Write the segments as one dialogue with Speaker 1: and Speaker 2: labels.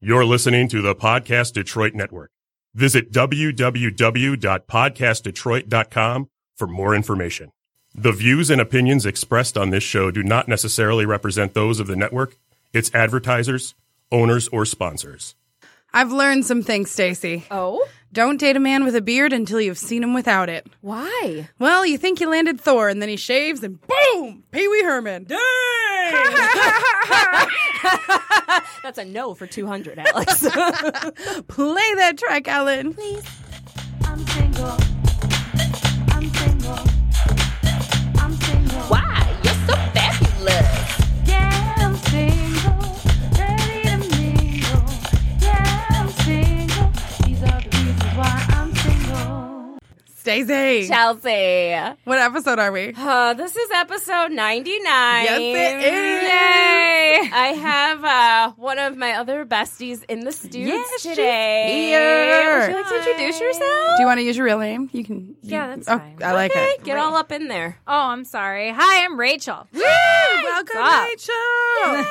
Speaker 1: You're listening to the Podcast Detroit Network. Visit www.podcastdetroit.com for more information. The views and opinions expressed on this show do not necessarily represent those of the network, its advertisers, owners, or sponsors.
Speaker 2: I've learned some things, Stacy.
Speaker 3: Oh?
Speaker 2: Don't date a man with a beard until you've seen him without it.
Speaker 3: Why?
Speaker 2: Well, you think you landed Thor, and then he shaves, and boom, Pee Wee Herman.
Speaker 3: That's a no for 200, Alex.
Speaker 2: Play that track, Ellen.
Speaker 4: Please, I'm single. I'm single. I'm single.
Speaker 3: Why? You're so fabulous.
Speaker 4: Yeah, I'm single. Ready to mingle. Yeah, I'm single. These are the reasons why I'm single.
Speaker 2: Stacy.
Speaker 3: Chelsea.
Speaker 2: What episode are we?
Speaker 3: Uh, this is episode 99.
Speaker 2: Yes, it is.
Speaker 3: Yay. I have uh, one of my other besties in the studio
Speaker 2: Yes, she's
Speaker 3: today.
Speaker 2: here.
Speaker 3: Would you like to introduce yourself?
Speaker 2: Do you want to use your real name? You can.
Speaker 3: Yeah, that's
Speaker 2: oh,
Speaker 3: fine.
Speaker 2: I like
Speaker 3: okay,
Speaker 2: it.
Speaker 3: Get all up in there.
Speaker 5: Oh, I'm sorry. Hi, I'm Rachel.
Speaker 2: Welcome,
Speaker 3: Stop.
Speaker 2: Rachel.
Speaker 3: Yay.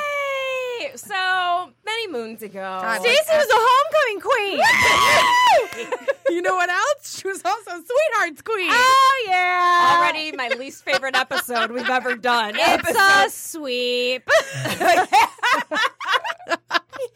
Speaker 3: So, many moons ago.
Speaker 2: I like
Speaker 3: Stacey
Speaker 2: that.
Speaker 3: a homecoming queen.
Speaker 2: you know what else? She was also Sweetheart's Queen.
Speaker 3: Oh yeah! Already my least favorite episode we've ever done.
Speaker 5: It's a sweep.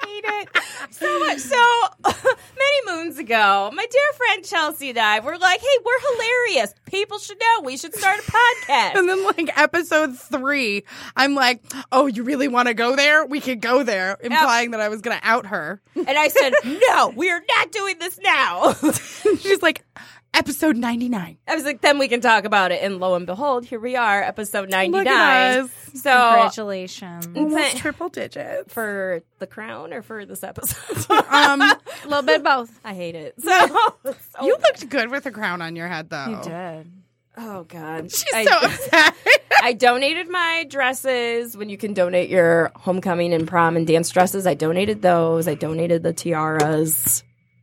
Speaker 3: hate it so much. So many moons ago, my dear friend Chelsea and I were like, "Hey, we're hilarious. People should know. We should start a podcast."
Speaker 2: And then, like, episode three, I'm like, oh, you really want to go there? We could go there, implying that I was going to out her.
Speaker 3: and I said, "No, we are not doing this now."
Speaker 2: She's like, episode 99.
Speaker 3: I was like, "Then we can talk about it." And lo and behold, here we are, episode ninety-nine.
Speaker 2: Look at us.
Speaker 3: So.
Speaker 5: Congratulations.
Speaker 2: Almost triple digits.
Speaker 3: for the crown or for this episode?
Speaker 2: Um,
Speaker 5: A little bit both.
Speaker 3: I hate it. So, so-
Speaker 2: you looked good with a crown on your head, though.
Speaker 5: did.
Speaker 3: oh god, she's
Speaker 2: She's so upset.
Speaker 3: I donated my dresses. When you can donate your homecoming and prom and dance dresses, I donated those. I donated the tiaras.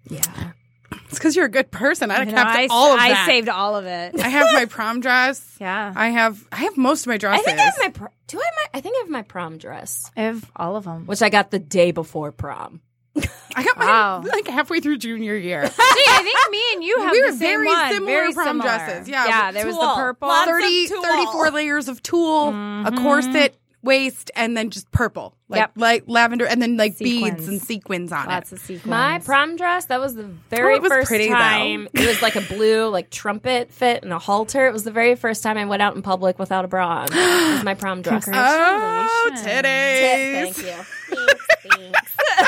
Speaker 3: Yeah.
Speaker 2: it's because you're a good person. I'd have
Speaker 5: You know,
Speaker 2: kept
Speaker 5: I,
Speaker 2: all of
Speaker 5: I
Speaker 2: that.
Speaker 5: saved all of it.
Speaker 2: I have my prom dress.
Speaker 5: Yeah.
Speaker 2: I have I have most of my
Speaker 3: I
Speaker 2: dresses.
Speaker 3: think I have my pr- do I have my I think I have my prom dress,
Speaker 5: I have all of them.
Speaker 3: which I got the day before prom.
Speaker 2: I got mine
Speaker 5: Wow.
Speaker 2: like halfway through junior year.
Speaker 5: Gee, I think me and you have
Speaker 2: We
Speaker 5: the
Speaker 2: were
Speaker 5: same
Speaker 2: very
Speaker 5: one.
Speaker 2: similar
Speaker 5: very
Speaker 2: prom
Speaker 5: similar.
Speaker 2: dresses. Yeah,
Speaker 5: yeah.
Speaker 2: with
Speaker 5: There was the
Speaker 3: tulle.
Speaker 5: purple. Mm-hmm.
Speaker 3: Lots of
Speaker 2: 30,
Speaker 3: tulle.
Speaker 2: 34 layers of tulle, a corset, waist, and then just purple. Like,
Speaker 5: Yep.
Speaker 2: like lavender, and then like beads
Speaker 5: Sequins.
Speaker 2: and sequins on
Speaker 5: Lots
Speaker 2: it.
Speaker 5: of sequins.
Speaker 3: My prom dress, that was the very
Speaker 2: Oh, it was
Speaker 3: first
Speaker 2: pretty, though.
Speaker 3: time. It was like a blue like trumpet fit and a halter. It was the very first time I went out in public without a bra on. It was my prom dress.
Speaker 2: Oh,
Speaker 5: Congratulations.
Speaker 2: titties.
Speaker 3: Thank you. Thanks,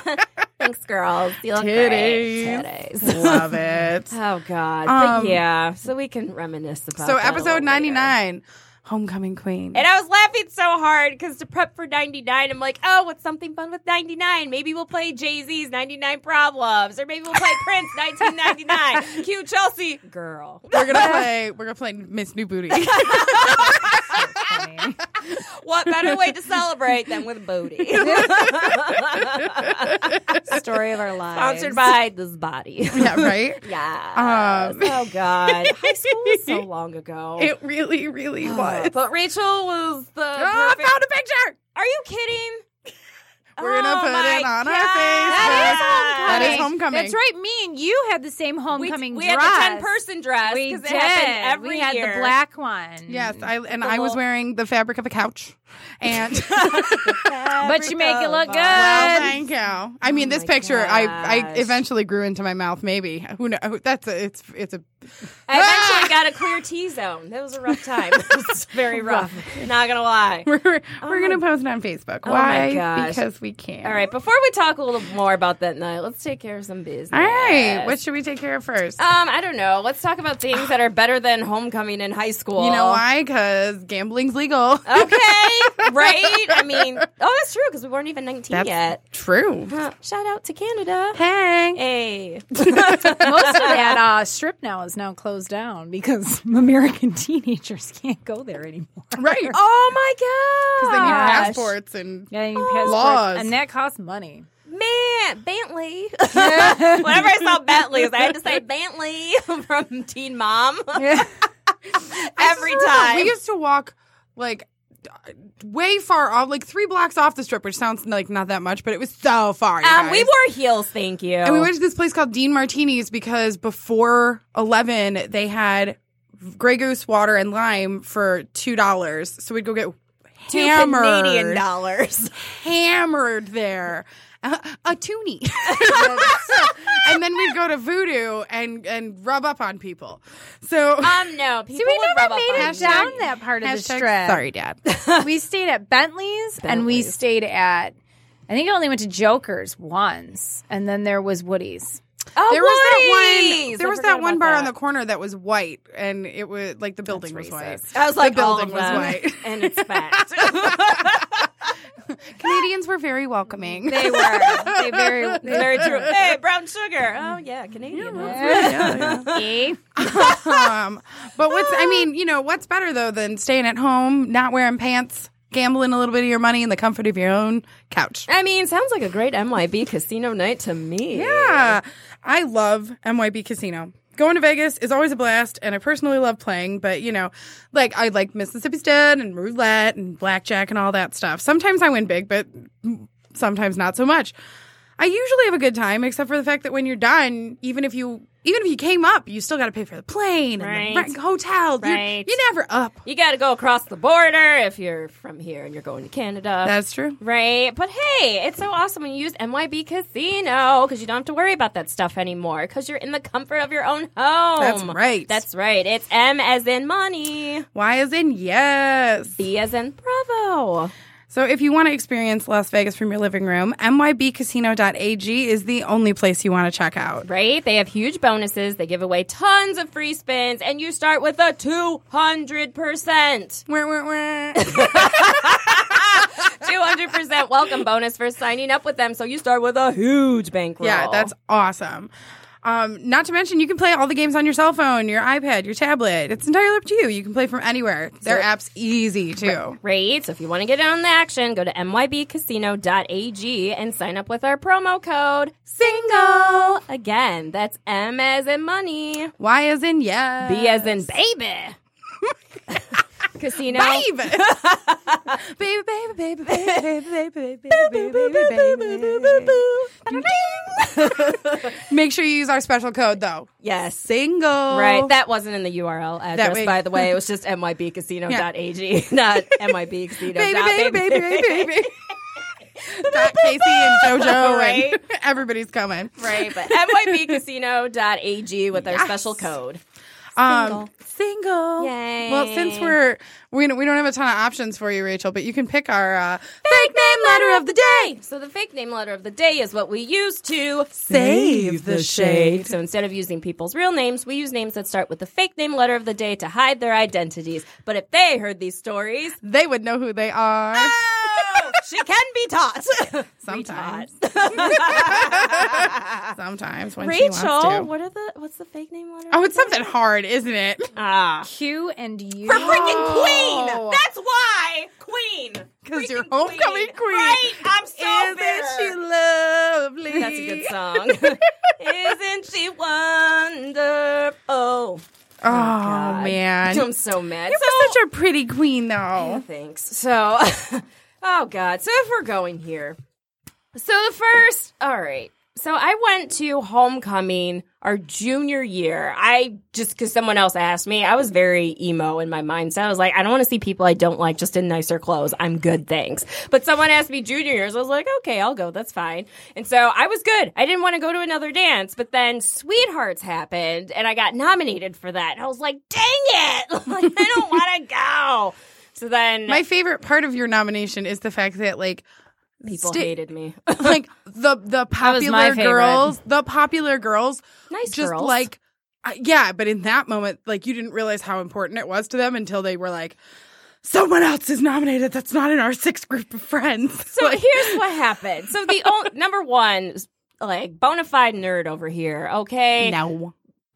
Speaker 3: thanks. Thanks, girls. You look great.
Speaker 2: Titties.
Speaker 3: Titties.
Speaker 2: Love it. so,
Speaker 3: Oh God!
Speaker 2: Um,
Speaker 3: but yeah, so we can reminisce about. that a little
Speaker 2: episode
Speaker 3: later.
Speaker 2: 99, Homecoming Queen.
Speaker 3: And I was laughing so hard because to prep for 99, I'm like, oh, what's something fun with 99? Maybe we'll play Jay Z's 99 Problems, or maybe we'll play Prince 1999. Cute Chelsea girl.
Speaker 2: We're gonna play. We're gonna play Miss New Booty.
Speaker 5: Funny.
Speaker 3: What better way to celebrate than with a booty?
Speaker 5: Story of our lives.
Speaker 3: Sponsored by this body.
Speaker 2: yeah, right.
Speaker 3: Yeah.
Speaker 2: Um.
Speaker 3: oh God, high school was so long ago.
Speaker 2: It really, really
Speaker 5: Oh,
Speaker 2: was.
Speaker 3: But Rachel was the.
Speaker 2: Oh, I
Speaker 3: perfect-
Speaker 2: found a picture.
Speaker 3: Are you kidding?
Speaker 2: We're gonna
Speaker 3: Oh
Speaker 2: put
Speaker 3: my
Speaker 2: it on our
Speaker 3: God.
Speaker 2: That is homecoming.
Speaker 5: That's right. Me and you had the same homecoming
Speaker 3: We,
Speaker 5: dress.
Speaker 3: had the ten person dress
Speaker 5: We did.
Speaker 3: because it happened every
Speaker 5: we had
Speaker 3: year.
Speaker 5: the black one.
Speaker 2: Yes, I and I was wearing the Oh fabric of a couch, and
Speaker 5: But you make it look good.
Speaker 2: well, thank you. I mean, this
Speaker 3: my
Speaker 2: picture, I, I
Speaker 3: gosh.
Speaker 2: eventually grew into my mouth. Maybe who knows? That's a, it's it's a
Speaker 3: I eventually got a clear T zone. That was a rough time. It was very rough. Not gonna lie.
Speaker 2: we're we're gonna post it on Facebook.
Speaker 3: Oh my
Speaker 2: Why?
Speaker 3: gosh.
Speaker 2: Because we can.
Speaker 3: All right. Before we talk a little more about that night, let's take care of some business.
Speaker 2: All right. What should we take care of first?
Speaker 3: um, I don't know. Let's talk about things that are better than homecoming in high school.
Speaker 2: you know why? Because gambling's legal.
Speaker 3: Okay, right? I mean, oh, that's true because we weren't even 19
Speaker 2: That's
Speaker 3: yet.
Speaker 2: true.
Speaker 3: Huh, shout out to Canada.
Speaker 2: Hey.
Speaker 3: Hey.
Speaker 5: Most of that uh, strip now is now closed down because American teenagers can't go there anymore.
Speaker 2: Right.
Speaker 3: Oh my god!
Speaker 2: They need
Speaker 5: gosh.
Speaker 2: passports and
Speaker 5: Yeah, you
Speaker 3: Oh.
Speaker 5: passports,
Speaker 2: Laws.
Speaker 5: and that costs money.
Speaker 3: Man, Bentley. Whenever I saw Bentley's, I had to say Bentley from Teen Mom
Speaker 5: Yeah.
Speaker 3: every
Speaker 2: I remember
Speaker 3: time.
Speaker 2: We used to walk like way far off, like three blocks off the strip, which sounds like not that much, but it was so far. you
Speaker 3: Um, we
Speaker 2: guys.
Speaker 3: wore heels, thank you.
Speaker 2: And we went to this place called Dean Martini's because before 11, they had Grey Goose water and lime for $2. So we'd go get
Speaker 3: Two
Speaker 2: hammered.
Speaker 3: Canadian dollars.
Speaker 2: Hammered there. A, a toonie. and then we'd go to Voodoo and, and rub up on people. So.
Speaker 3: Um, no, people
Speaker 5: See, we
Speaker 3: would
Speaker 5: never
Speaker 3: rub up
Speaker 5: made
Speaker 3: on
Speaker 5: it
Speaker 3: you.
Speaker 5: down that part of the
Speaker 2: Hashtag
Speaker 5: strip.
Speaker 2: Sorry, Dad.
Speaker 5: we stayed at Bentley's, and we
Speaker 3: Bentley's.
Speaker 5: stayed at. I think I only went to Joker's once, and then there was Woody's.
Speaker 3: Oh,
Speaker 2: There was that
Speaker 3: Woody's!
Speaker 2: one.
Speaker 3: I
Speaker 2: There was
Speaker 3: forgot
Speaker 2: that one
Speaker 3: about
Speaker 2: bar
Speaker 3: that.
Speaker 2: on the corner that was white, and it was like the building was white.
Speaker 5: racist.
Speaker 3: I was like, all
Speaker 2: building
Speaker 3: of
Speaker 2: was
Speaker 3: them,
Speaker 2: white.
Speaker 3: and it's fact.
Speaker 2: Canadians were very welcoming.
Speaker 5: They were. they very. They
Speaker 3: Very true. Hey, brown sugar. Oh yeah, Canadian.
Speaker 5: Eh?
Speaker 2: um, but what's I mean, you know, what's better though than staying at home, not wearing pants, gambling a little bit of your money in the comfort of your own couch?
Speaker 3: I mean, sounds like a great MYB casino night to me.
Speaker 2: Yeah, I love MYB Casino. Going to Vegas is always a blast, and I personally love playing. But you know, like I like Mississippi's Dead and roulette and blackjack and all that stuff. Sometimes I win big, but sometimes not so much. I usually have a good time, except for the fact that when you're done, even if you even if you came up, you still got to pay for the plane and the
Speaker 3: Right.
Speaker 2: rent- hotel. You're-
Speaker 5: Right.
Speaker 2: You're, never up.
Speaker 3: You got to go across the border if you're from here and you're going to Canada.
Speaker 2: That's true.
Speaker 3: right. But hey, it's so awesome when you use MYB Casino because you don't have to worry about that stuff anymore because you're in the comfort of your own home. That's
Speaker 2: right.
Speaker 3: That's right. It's M as in money,
Speaker 2: Y is in yes.
Speaker 3: B as in Bravo.
Speaker 2: So if you want to experience Las Vegas from your living room, mybcasino.ag is the only place you want to check out.
Speaker 3: Right? They have huge bonuses. They give away tons of free spins, and you start with a 200%.
Speaker 2: Wah, wah, wah.
Speaker 3: 200% welcome bonus for signing up with them. So you start with a huge bankroll.
Speaker 2: yeah, that's awesome. Um, not to mention, you can play all the games on your cell phone, your iPad, your tablet. It's entirely up to you. You can play from anywhere. Their app's easy too.
Speaker 3: great. So if you want to get in on the action, go to mybcasino.ag and sign up with our promo code SINGLE. Again, that's M as in money,
Speaker 2: Y is in yes.
Speaker 3: B as in baby. Casino.
Speaker 2: baby. baby, baby, baby, baby, baby, baby, baby, baby, baby, baby, baby. Make sure you use our special code though.
Speaker 3: Yes.
Speaker 2: Single.
Speaker 3: Right. That wasn't in the URL address,
Speaker 2: way-
Speaker 3: by the way. It was just mybcasino.ag, not mybcasino.
Speaker 2: baby, baby, baby, baby, baby. Dot Casey and JoJo
Speaker 3: Right.
Speaker 2: and everybody's coming.
Speaker 3: Right, but mybcasino.ag with our
Speaker 2: Yes.
Speaker 3: special code.
Speaker 2: Um, single.
Speaker 3: Yay.
Speaker 2: Well, since we're we don't, we don't have a ton of options for you, Rachel, but you can pick our uh, fake name letter of the day.
Speaker 3: So the fake name letter of the day is what we use to
Speaker 2: Save the shade.
Speaker 3: So instead of using people's real names, we use names that start with the fake name letter of the day to hide their identities. But if they heard these stories,
Speaker 2: They would know who they are.
Speaker 3: oh, she can be taught.
Speaker 2: Sometimes. Sometimes when she wants to.
Speaker 3: Rachel, what are the what's the fake name letter?
Speaker 2: oh, it's something hard, isn't it?
Speaker 3: Ah.
Speaker 5: Q and U.
Speaker 3: freaking
Speaker 2: Oh.
Speaker 3: queen. That's why queen.
Speaker 2: 'Cause
Speaker 3: Freaking
Speaker 2: you're homecoming queen.
Speaker 3: Right? I'm so
Speaker 2: Isn't she
Speaker 3: bitter.
Speaker 2: lovely? Oh,
Speaker 3: That's a good song. Isn't she wonderful?
Speaker 2: Oh,
Speaker 3: God.
Speaker 2: man.
Speaker 3: I'm so mad.
Speaker 2: You
Speaker 3: so,
Speaker 2: were such a pretty queen, though.
Speaker 3: thanks. So, oh God. So if we're going here, so the first, all right. So I went to homecoming our junior year. I just because someone else asked me, I was very emo in my mindset. I was like, I don't want to see people I don't like just in nicer clothes. I'm good, thanks. But someone asked me junior years. I was like, okay, I'll go. That's fine. And so I was good. I didn't want to go to another dance. But then Sweethearts happened, and I got nominated for that. And I was like, dang it! like I don't want to go. So then
Speaker 2: My favorite part of your nomination is the fact that, like,
Speaker 3: people
Speaker 2: sti-
Speaker 3: hated me.
Speaker 2: like the the
Speaker 5: was my
Speaker 2: popular
Speaker 5: favorite.
Speaker 2: girls, the popular girls,
Speaker 3: Nice
Speaker 2: just
Speaker 3: girls.
Speaker 2: like uh, yeah. But in that moment, like you didn't realize how important it was to them until they were like, someone else is nominated. That's not in our sixth group of friends.
Speaker 3: So here's what happened. So the only, number one, like bona fide nerd over here. Okay,
Speaker 2: no,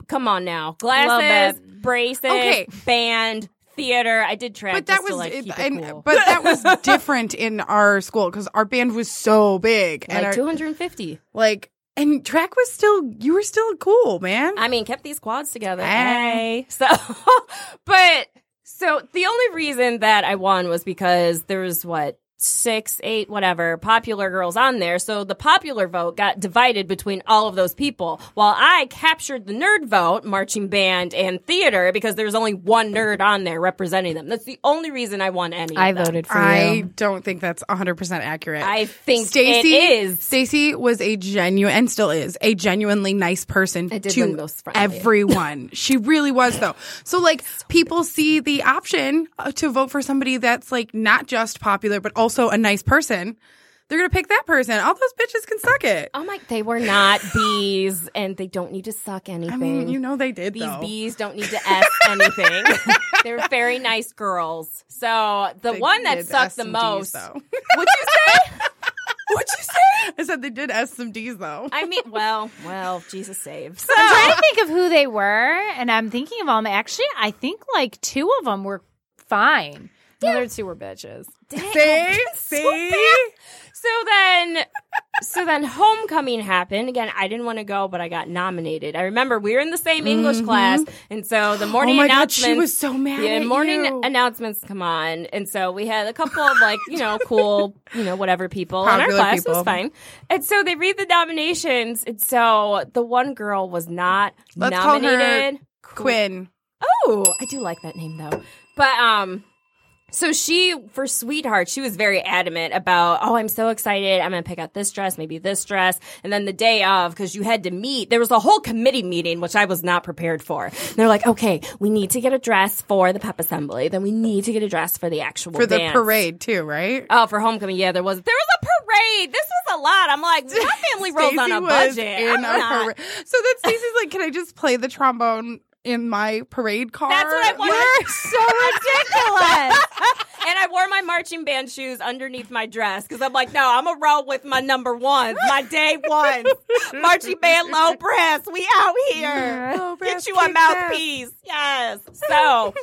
Speaker 3: come on now,
Speaker 5: Love
Speaker 3: glasses,
Speaker 5: it.
Speaker 3: braces,
Speaker 2: Okay.
Speaker 3: band, theater. I did track,
Speaker 2: but that
Speaker 3: just
Speaker 2: was
Speaker 3: to, like,
Speaker 2: it-
Speaker 3: keep it
Speaker 2: and-
Speaker 3: cool.
Speaker 2: but that was different in our school because our band was so big and
Speaker 3: like
Speaker 2: our,
Speaker 3: 250.
Speaker 2: like and track was still you were still cool, man. Ah.
Speaker 3: I mean, kept these quads together.
Speaker 2: Hey.
Speaker 3: Hey. So, but So the only reason that I won was because there was what six, eight, whatever popular girls on there. So the popular vote got divided between all of those people, while I captured the nerd vote, marching band and theater, because there's only one nerd on there representing them. That's the only reason I won any. of
Speaker 6: I
Speaker 3: them.
Speaker 6: voted for
Speaker 2: I
Speaker 6: you.
Speaker 2: don't think that's 100% accurate.
Speaker 3: I think it is.
Speaker 2: Stacy was a genuine and still is a genuinely nice person
Speaker 3: I did
Speaker 2: to
Speaker 3: look most friendly.
Speaker 2: everyone. she really was though. So like people see the option uh, to vote for somebody that's like not just popular but also a nice person. They're going to pick that person. All those bitches can suck it.
Speaker 3: Oh my! They were not bees, and they don't need to suck anything.
Speaker 2: I mean, you know they did
Speaker 3: These
Speaker 2: though.
Speaker 3: bees don't need to ask anything. they were very nice girls. So the
Speaker 2: They
Speaker 3: one that
Speaker 2: did
Speaker 3: sucked
Speaker 2: ask
Speaker 3: the
Speaker 2: some
Speaker 3: most.
Speaker 2: Ds, though.
Speaker 3: Would you say? Would you say?
Speaker 2: I said they did ask some D's though.
Speaker 3: I mean, well, well, Jesus save. So
Speaker 6: I'm trying to think of who they were, and I'm thinking of them. Actually, I think like two of them were fine. The other two were bitches.
Speaker 2: See, see,
Speaker 3: So then, so then homecoming happened again. I didn't want to go, but I got nominated. I remember we were in the same English class, and so the morning
Speaker 2: Mm-hmm. Oh my God,
Speaker 3: announcements.
Speaker 2: she was so mad
Speaker 3: Yeah,
Speaker 2: at
Speaker 3: morning
Speaker 2: you.
Speaker 3: announcements come on, and so we had a couple of like you know cool you know whatever people in our
Speaker 2: Popular
Speaker 3: class It
Speaker 2: people.
Speaker 3: was fine, and so they read the nominations, and so the one girl was not
Speaker 2: Let's call her
Speaker 3: nominated.
Speaker 2: Quinn.
Speaker 3: Oh, I do like that name though. But um so she for sweetheart, she was very adamant about, "Oh, I'm so excited. I'm going to pick out this dress, maybe this dress." And then the day of cuz you had to meet, there was a whole committee meeting which I was not prepared for. And they're like, "Okay, we need to get a dress for the pep assembly. Then we need to get a dress for the actual
Speaker 2: for the
Speaker 3: dance."
Speaker 2: parade too, right?
Speaker 3: Oh, for homecoming, yeah, there was there was a parade. This was a lot. I'm like, my family rolls on
Speaker 2: Stacey
Speaker 3: a
Speaker 2: was
Speaker 3: budget.
Speaker 2: in
Speaker 3: I'm
Speaker 2: a
Speaker 3: not-
Speaker 2: parade. So then Stacey's like, "Can I just play the trombone in my parade car?"
Speaker 3: That's what I wanted.
Speaker 2: Like,
Speaker 3: so ridiculous. and I wore my marching band shoes underneath my dress because I'm like, no, I'm a roll with my number ones, my day ones, marching band low brass. We out here.
Speaker 2: Low brass
Speaker 3: Get you a
Speaker 2: kick ass.
Speaker 3: mouthpiece. Yes. So.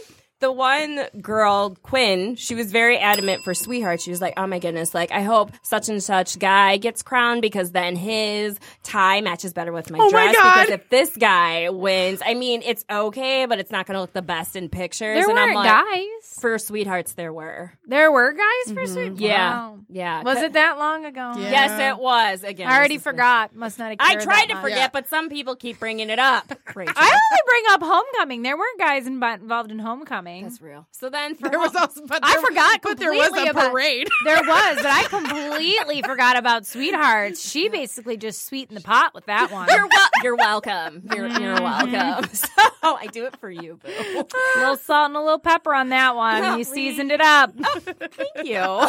Speaker 3: The one girl, Quinn, she was very adamant for Sweetheart. She was like, oh my goodness, like, I hope such and such guy gets crowned because then his tie matches better with my
Speaker 2: Oh my
Speaker 3: dress. Because
Speaker 2: God.
Speaker 3: if this guy wins, I mean, it's okay, but it's not going to look the best in pictures.
Speaker 6: There
Speaker 3: and I'm
Speaker 6: weren't
Speaker 3: like,
Speaker 6: guys.
Speaker 3: for sweethearts there were.
Speaker 6: There were guys for sweet.
Speaker 3: Mm-hmm. Yeah.
Speaker 6: Wow.
Speaker 3: Yeah.
Speaker 6: Was it that long ago?
Speaker 2: Yeah.
Speaker 3: Yes, it was. Again,
Speaker 6: I already
Speaker 3: this is-
Speaker 6: forgot. Must not have.
Speaker 3: I
Speaker 6: cared
Speaker 3: tried
Speaker 6: that
Speaker 3: to
Speaker 6: much.
Speaker 3: forget, but some people keep bringing it up. Rachel.
Speaker 6: I only bring up homecoming. There weren't guys in- involved in homecoming.
Speaker 3: That's real. So then for
Speaker 2: There was
Speaker 3: home-
Speaker 2: also, but
Speaker 6: I
Speaker 2: there-
Speaker 6: forgot
Speaker 2: but there was
Speaker 6: completely
Speaker 2: a
Speaker 6: about-
Speaker 2: parade.
Speaker 6: There was, but I completely forgot about sweethearts. She basically just sweetened the pot with that one.
Speaker 3: you're, wel- you're welcome. You're, you're
Speaker 6: Mm-hmm.
Speaker 3: welcome. So I do it for you, boo.
Speaker 6: a little salt and a little pepper on that one.
Speaker 3: Not
Speaker 6: you
Speaker 3: really.
Speaker 6: seasoned it up.
Speaker 3: Thank you.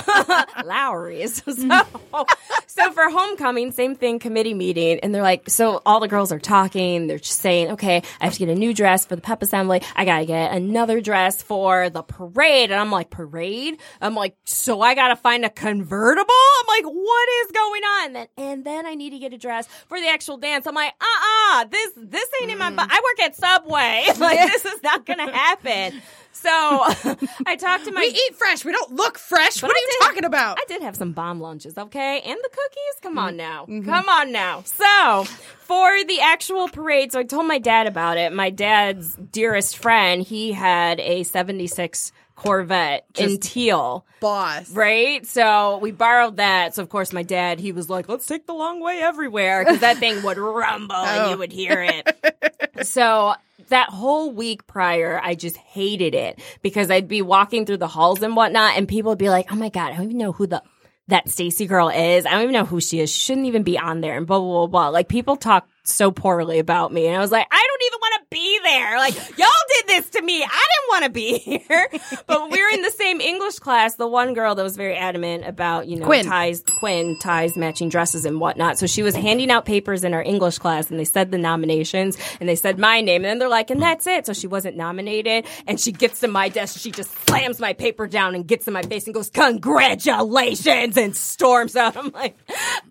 Speaker 3: Lowry. So, so, so for homecoming, same thing, committee meeting. And they're like, so all the girls are talking. They're just saying, okay, I have to get a new dress for the pep assembly. I got to get another dress for the parade. And I'm like, parade? I'm like, so I got to find a convertible? I'm like, what is going on? And then, and then I need to get a dress for the actual dance. I'm like, uh-uh, this, this ain't in my,
Speaker 2: Mm.
Speaker 3: bu- I work at Subway. Like, this is not going to happen. So I talked to my
Speaker 2: We eat fresh. We don't look fresh.
Speaker 3: But
Speaker 2: what are
Speaker 3: I
Speaker 2: you
Speaker 3: did-
Speaker 2: talking about?
Speaker 3: I did have some bomb lunches, okay? And the cookies. Come on now. Come on now. So, for the actual parade, so I told my dad about it. My dad's dearest friend, he had a 76 Corvette in teal.
Speaker 2: Boss.
Speaker 3: Right? So we borrowed that. So, of course, my dad, he was like, let's take the long way everywhere because that thing would rumble and you would hear it. so that whole week prior, I just hated it because I'd be walking through the halls and whatnot, and people would be like, oh my God, I don't even know who the. That Stacy girl is. I don't even know who she is. She shouldn't even be on there and blah, blah, blah, blah. Like, people talk so poorly about me. And I was like, I don't even want to be there. Like, y'all did this to me. I didn't want to be here. But we were in the same English class. The one girl that was very adamant about, you know,
Speaker 2: Quinn.
Speaker 3: ties, Quinn, ties, matching dresses and whatnot. So she was handing out papers in our English class and they said the nominations and they said my name. And then they're like, and that's it. So she wasn't nominated. And she gets to my desk. She just slams my paper down and gets in my face and goes, congratulations and storms out. I'm like,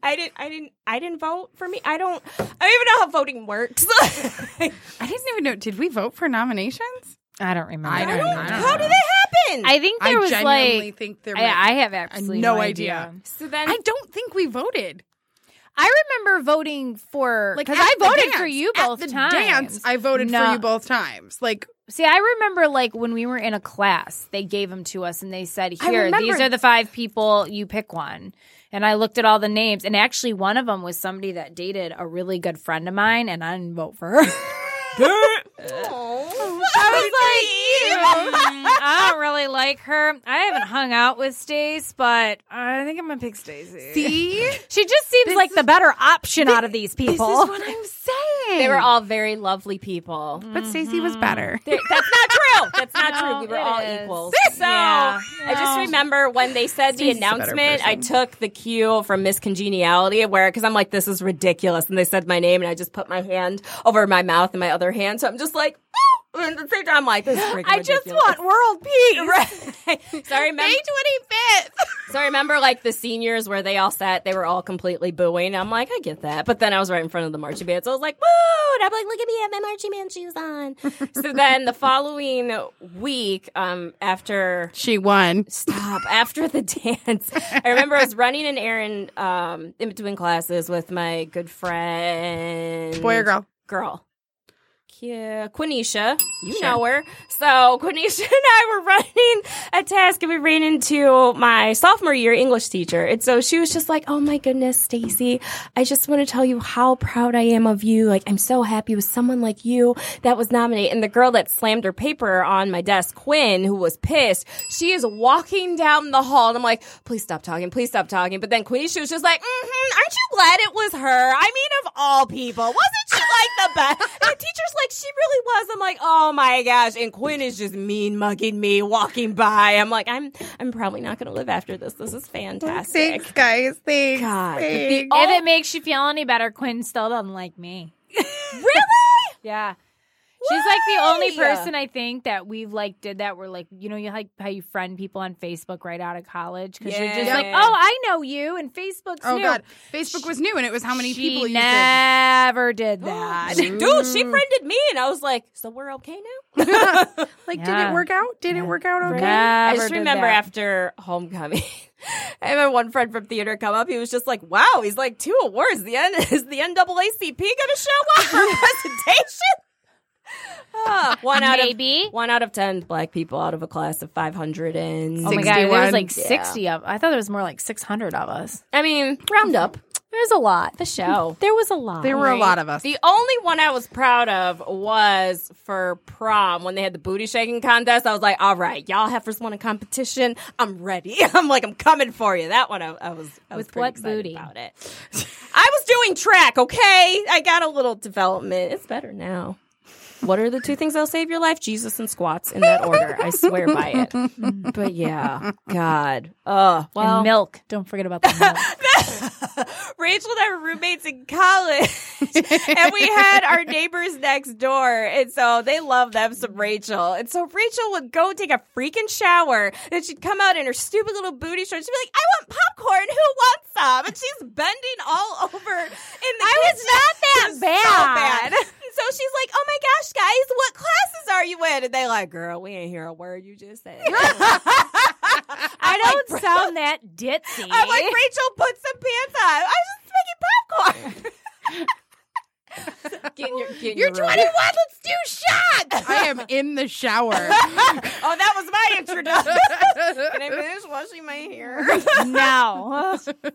Speaker 3: I didn't, I didn't, I didn't vote for me. I don't, I don't even know how voting works.
Speaker 2: I didn't even know. Did we vote for nominations?
Speaker 6: I don't remember.
Speaker 2: I don't, I don't
Speaker 3: how
Speaker 2: know.
Speaker 3: did that happen?
Speaker 6: I think
Speaker 2: I
Speaker 6: there was
Speaker 2: genuinely
Speaker 6: like
Speaker 2: think there.
Speaker 6: I,
Speaker 2: might-
Speaker 6: I have absolutely
Speaker 2: no
Speaker 6: no idea.
Speaker 2: idea.
Speaker 3: so then
Speaker 2: I don't think we voted.
Speaker 5: I remember voting for because
Speaker 2: at
Speaker 5: I
Speaker 2: the
Speaker 5: voted for
Speaker 2: dance,
Speaker 5: you
Speaker 2: at
Speaker 5: both
Speaker 2: the
Speaker 5: times.
Speaker 2: Dance, I voted for
Speaker 5: No.
Speaker 2: you both times. Like
Speaker 5: See, I remember like when we were in a class, they gave them to us and they said,
Speaker 2: I
Speaker 5: "Here, these
Speaker 2: remember-
Speaker 5: are the five people. You pick one." And I looked at all the names, and actually, one of them was somebody that dated a really good friend of mine, and I didn't vote for her. I was like, "Mm, I don't really like her. I haven't hung out with Stace, but I think I'm gonna pick Stacey.
Speaker 2: see,
Speaker 5: she just seems like the better option out of these people.
Speaker 2: I'm saying. Mm-hmm.
Speaker 3: They were all very lovely people.
Speaker 2: but Stacey was better.
Speaker 3: They- That's not true. That's not
Speaker 5: No,
Speaker 3: true. We were
Speaker 5: it
Speaker 3: all
Speaker 5: is.
Speaker 3: equals. So
Speaker 5: Yeah.
Speaker 3: I just remember when they said the
Speaker 2: Steve's a better
Speaker 3: announcement, I
Speaker 2: person.
Speaker 3: took the cue from Miss Congeniality, where because I'm like, this is ridiculous, and they said my name, and I just put my hand over my mouth and my other hand, so I'm just like, oh! and at the same time, I'm like, this is freaking
Speaker 5: I just
Speaker 3: ridiculous.
Speaker 5: want world peace.
Speaker 3: Right. so I remember.
Speaker 2: twenty fifth.
Speaker 3: So I remember like the seniors where they all sat, they were all completely booing. I'm like, I get that. But then I was right in front of the marching band. So I was like, woo! And I'm like, look at me, I have my marching band shoes on. so then the following week, um, after
Speaker 2: She won.
Speaker 3: stop after the dance. I remember I was running an errand um, in between classes with my good friend.
Speaker 2: Boy or girl?
Speaker 3: Girl. Yeah, Quenisha. You know her. So Quenisha and I were running a task and we ran into my sophomore year English teacher. And so she was just like, Oh my goodness, Stacy, I just want to tell you how proud I am of you. Like I'm so happy with someone like you that was nominated. And the girl that slammed her paper on my desk, Quinn, who was pissed, she is walking down the hall and I'm like, please stop talking, please stop talking. But then Quenisha was just like, mm-hmm, aren't you glad it was her? I mean of all people. Wasn't she like the best? And the teacher's like, she really was. I'm like, oh my gosh. And Quinn is just mean mugging me walking by. I'm like, I'm I'm probably not gonna live after this. This is fantastic.
Speaker 2: Thanks, guys. Thanks.
Speaker 3: God, but the-
Speaker 2: Thanks.
Speaker 5: If it makes you feel any better, Quinn still doesn't like me.
Speaker 3: Really?
Speaker 5: Yeah. She's like the only
Speaker 3: Why?
Speaker 5: person I think that we've like did that. We're like, you know, you like how you friend people on Facebook right out of college because you're just
Speaker 3: Yeah.
Speaker 5: like, oh, I know you, and Facebook's
Speaker 2: Oh
Speaker 5: new.
Speaker 2: god, Facebook was new, and it was how many
Speaker 5: She
Speaker 2: people used it.
Speaker 5: never did that.
Speaker 3: She- Dude, she friended me and I was like, so we're okay now?
Speaker 2: Like, did
Speaker 5: Yeah.
Speaker 2: it work out? Did it work out okay?
Speaker 3: I
Speaker 5: Never
Speaker 3: just
Speaker 5: did
Speaker 3: remember
Speaker 5: that.
Speaker 3: after homecoming. I had my one friend from theater come up. He was just like, "Wow, he's like two awards. The N is the NAACP going to show up for a presentation?" Ah, one out
Speaker 5: Uh, Maybe.
Speaker 3: of one out of ten black people out of a class of five hundred and
Speaker 5: Oh my god, there was
Speaker 2: 61.
Speaker 5: like
Speaker 3: Yeah.
Speaker 5: sixty of. I thought there was more like six hundred of us.
Speaker 3: I mean, round up
Speaker 5: There's a lot.
Speaker 3: the show.
Speaker 5: There was a lot.
Speaker 2: There were a lot of us.
Speaker 3: The only one I was proud of was for prom when they had the booty shaking contest. I was like, all right, y'all heifers won a competition. I'm ready. I'm like, I'm coming for you. That one I, I was I was
Speaker 5: With
Speaker 3: pretty
Speaker 5: what
Speaker 3: excited
Speaker 5: booty?
Speaker 3: about it. I was doing track, okay? I got a little development. It's better now. What are the two things that'll save your life? Jesus and squats in that order. I swear by it. But yeah, God. Uh,
Speaker 5: And
Speaker 3: well,
Speaker 5: milk. Don't forget about the milk.
Speaker 3: Rachel and I were roommates in college, and we had our neighbors next door, and so they loved them some Rachel. And so Rachel would go take a freaking shower, and she'd come out in her stupid little booty shorts. She'd be like, "I want popcorn. Who wants some?" And she's bending all over in the I was not that
Speaker 5: bad.
Speaker 3: So bad. And So she's like, "Oh my gosh, guys, what classes are you in?" And they like, "Girl, we ain't hear a word you just said."
Speaker 5: I don't sound that ditzy.
Speaker 3: I'm like, Rachel, put some pants on. I was just making popcorn. get in your, get in
Speaker 2: You're
Speaker 3: your room.
Speaker 2: 21. Let's do shots. I am in the shower.
Speaker 3: Oh, that was my introduction. Can I finish washing my hair? You
Speaker 5: no.
Speaker 3: were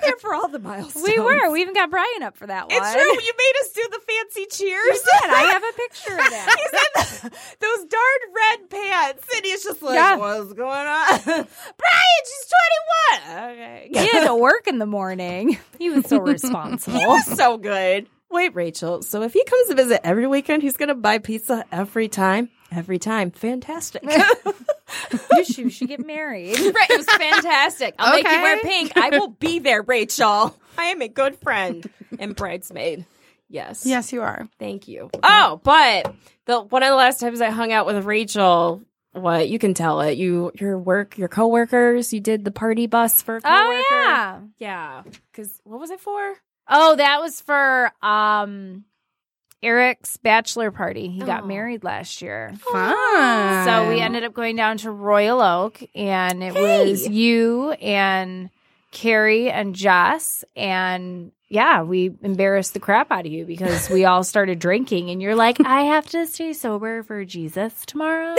Speaker 3: there for all the milestones.
Speaker 5: We were. We even got Brian up for that one.
Speaker 3: It's true. You made us do the fancy cheers.
Speaker 5: Did. I have a picture of that.
Speaker 3: He's in the- those darn red pants, and he's just like,
Speaker 5: Yeah.
Speaker 3: "What's going on?" Brian, she's 21. Okay.
Speaker 5: He had to work in the morning. He was so responsible.
Speaker 3: so good. Wait, Rachel. So if he comes to visit every weekend, he's going to buy pizza every time. Every time. Fantastic. right.
Speaker 5: you should, you should get married.
Speaker 3: It was fantastic. I'll make
Speaker 2: Okay.
Speaker 3: you wear pink. I will be there, Rachel. I am a good friend and bridesmaid. Yes.
Speaker 2: yes, you are.
Speaker 3: Thank you. Oh, but the one of the last times I hung out with Rachel, what you can tell it. You your work, your coworkers, you did the party bus for a coworker.
Speaker 5: Oh yeah.
Speaker 3: Yeah. Cuz what was it for?
Speaker 5: Oh, that was for um Eric's bachelor party. He got
Speaker 3: Oh.
Speaker 5: married last year.
Speaker 2: Fun.
Speaker 5: Um, So we ended up going down to Royal Oak, and it was you and Carrie and Jess, and yeah, we embarrassed the crap out of you because we all started drinking, and you're like, I have to stay sober for Jesus tomorrow.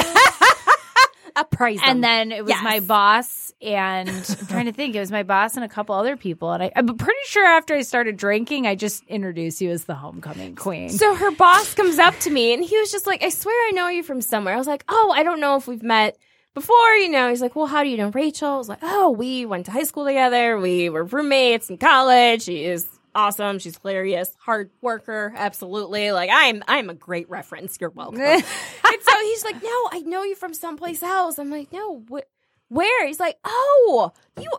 Speaker 3: Appraise
Speaker 5: And then it was
Speaker 3: Yes.
Speaker 5: my boss, and I'm trying to think. It was my boss and a couple other people, and I, I'm pretty sure after I started drinking, I just introduced you as the homecoming queen.
Speaker 3: So her boss comes up to me and he was just like, I swear I know you from somewhere. I was like, Oh, I don't know if we've met before, you know. He's like, Well, how do you know Rachel? I was like, Oh, we went to high school together. We were roommates in college. She is awesome. She's hilarious, hard worker, absolutely. Like I'm I'm a great reference. You're welcome. and so he's like, No, I know you from someplace else. I'm like, No, what where? He's like, Oh, you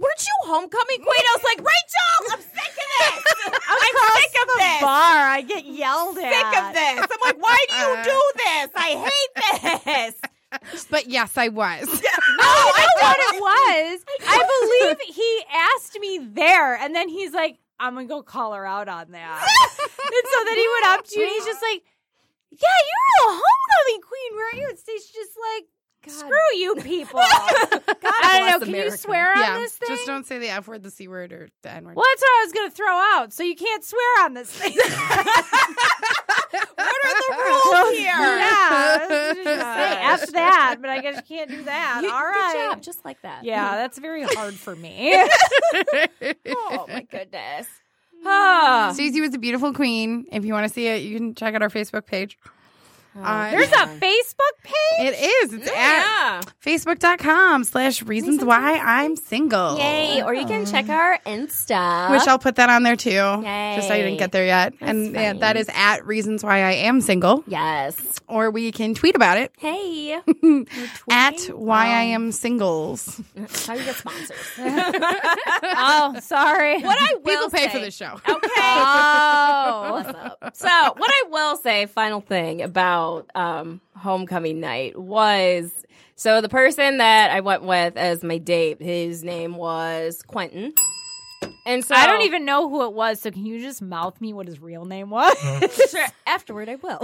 Speaker 3: Weren't you homecoming queen? I was like, Rachel, I'm sick of this. I'm sick of this
Speaker 7: Bar, I get yelled at.
Speaker 3: sick of this. I'm like, why do you do this? I hate this.
Speaker 2: But yes, I was.
Speaker 3: No, Oh, I
Speaker 5: what it was. I believe he asked me there, and then he's like, "I'm gonna go call her out on that." and so then he went up to you, and he's just like, "Yeah, you were the homecoming queen, weren't you?" And she's just like, "Screw you, people." I
Speaker 3: bless
Speaker 5: don't know. Can you
Speaker 3: America.
Speaker 5: swear on
Speaker 2: yeah,
Speaker 5: this thing?
Speaker 2: just don't say the F word, the C word, or the N word.
Speaker 5: well, that's what I was gonna throw out. So you can't swear on this thing.
Speaker 3: What are the rules here?
Speaker 5: yeah, I was just gonna say F that, but I guess you can't do that.
Speaker 3: You-
Speaker 5: All right.
Speaker 3: Good job, just like that.
Speaker 5: Yeah, that's very hard for me.
Speaker 3: Oh my goodness. Ah.
Speaker 2: Susie was a beautiful queen. If you want to see it, you can check out our Facebook page.
Speaker 3: Oh.
Speaker 2: Uh,
Speaker 5: There's a Facebook page.
Speaker 2: it is. It's at
Speaker 3: Yeah.
Speaker 2: facebook.com slash reasons why I'm single.
Speaker 3: Yay. Or you can check our Insta.
Speaker 2: Which I'll put that on there too. Just I
Speaker 3: Yay.
Speaker 2: didn't get there yet. and yeah, that is at reasons why I am single.
Speaker 3: yes.
Speaker 2: Or we can tweet about it
Speaker 3: Hey.
Speaker 2: at why I am singles.
Speaker 3: That's how you get sponsors.
Speaker 5: Oh, sorry.
Speaker 3: what I will
Speaker 2: People pay for
Speaker 3: say-
Speaker 2: this show.
Speaker 3: Okay.
Speaker 5: Oh.
Speaker 3: So, what I will say, final thing about um, homecoming night was so the person that I went with as my date, his name was Quentin. And so
Speaker 5: I don't even know who it was, so can you just mouth me what his real name was?
Speaker 3: Sure, afterward I will.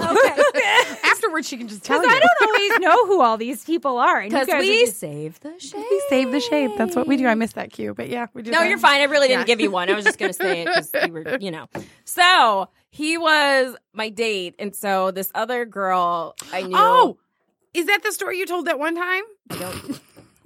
Speaker 2: Afterwards, she can just tell you.
Speaker 5: I don't always know who all these people are. and you
Speaker 3: Because
Speaker 5: guys are
Speaker 3: we
Speaker 5: just-
Speaker 3: save the shade.
Speaker 2: We save the shape. That's what we do. I missed that cue, but yeah, we do.
Speaker 3: No,
Speaker 2: that.
Speaker 3: you're fine. I really didn't
Speaker 2: Yeah.
Speaker 3: give you one. I was just going to say it because you were, you know. So he was my date. And so this other girl I knew.
Speaker 2: Oh, is that the story you told that one time?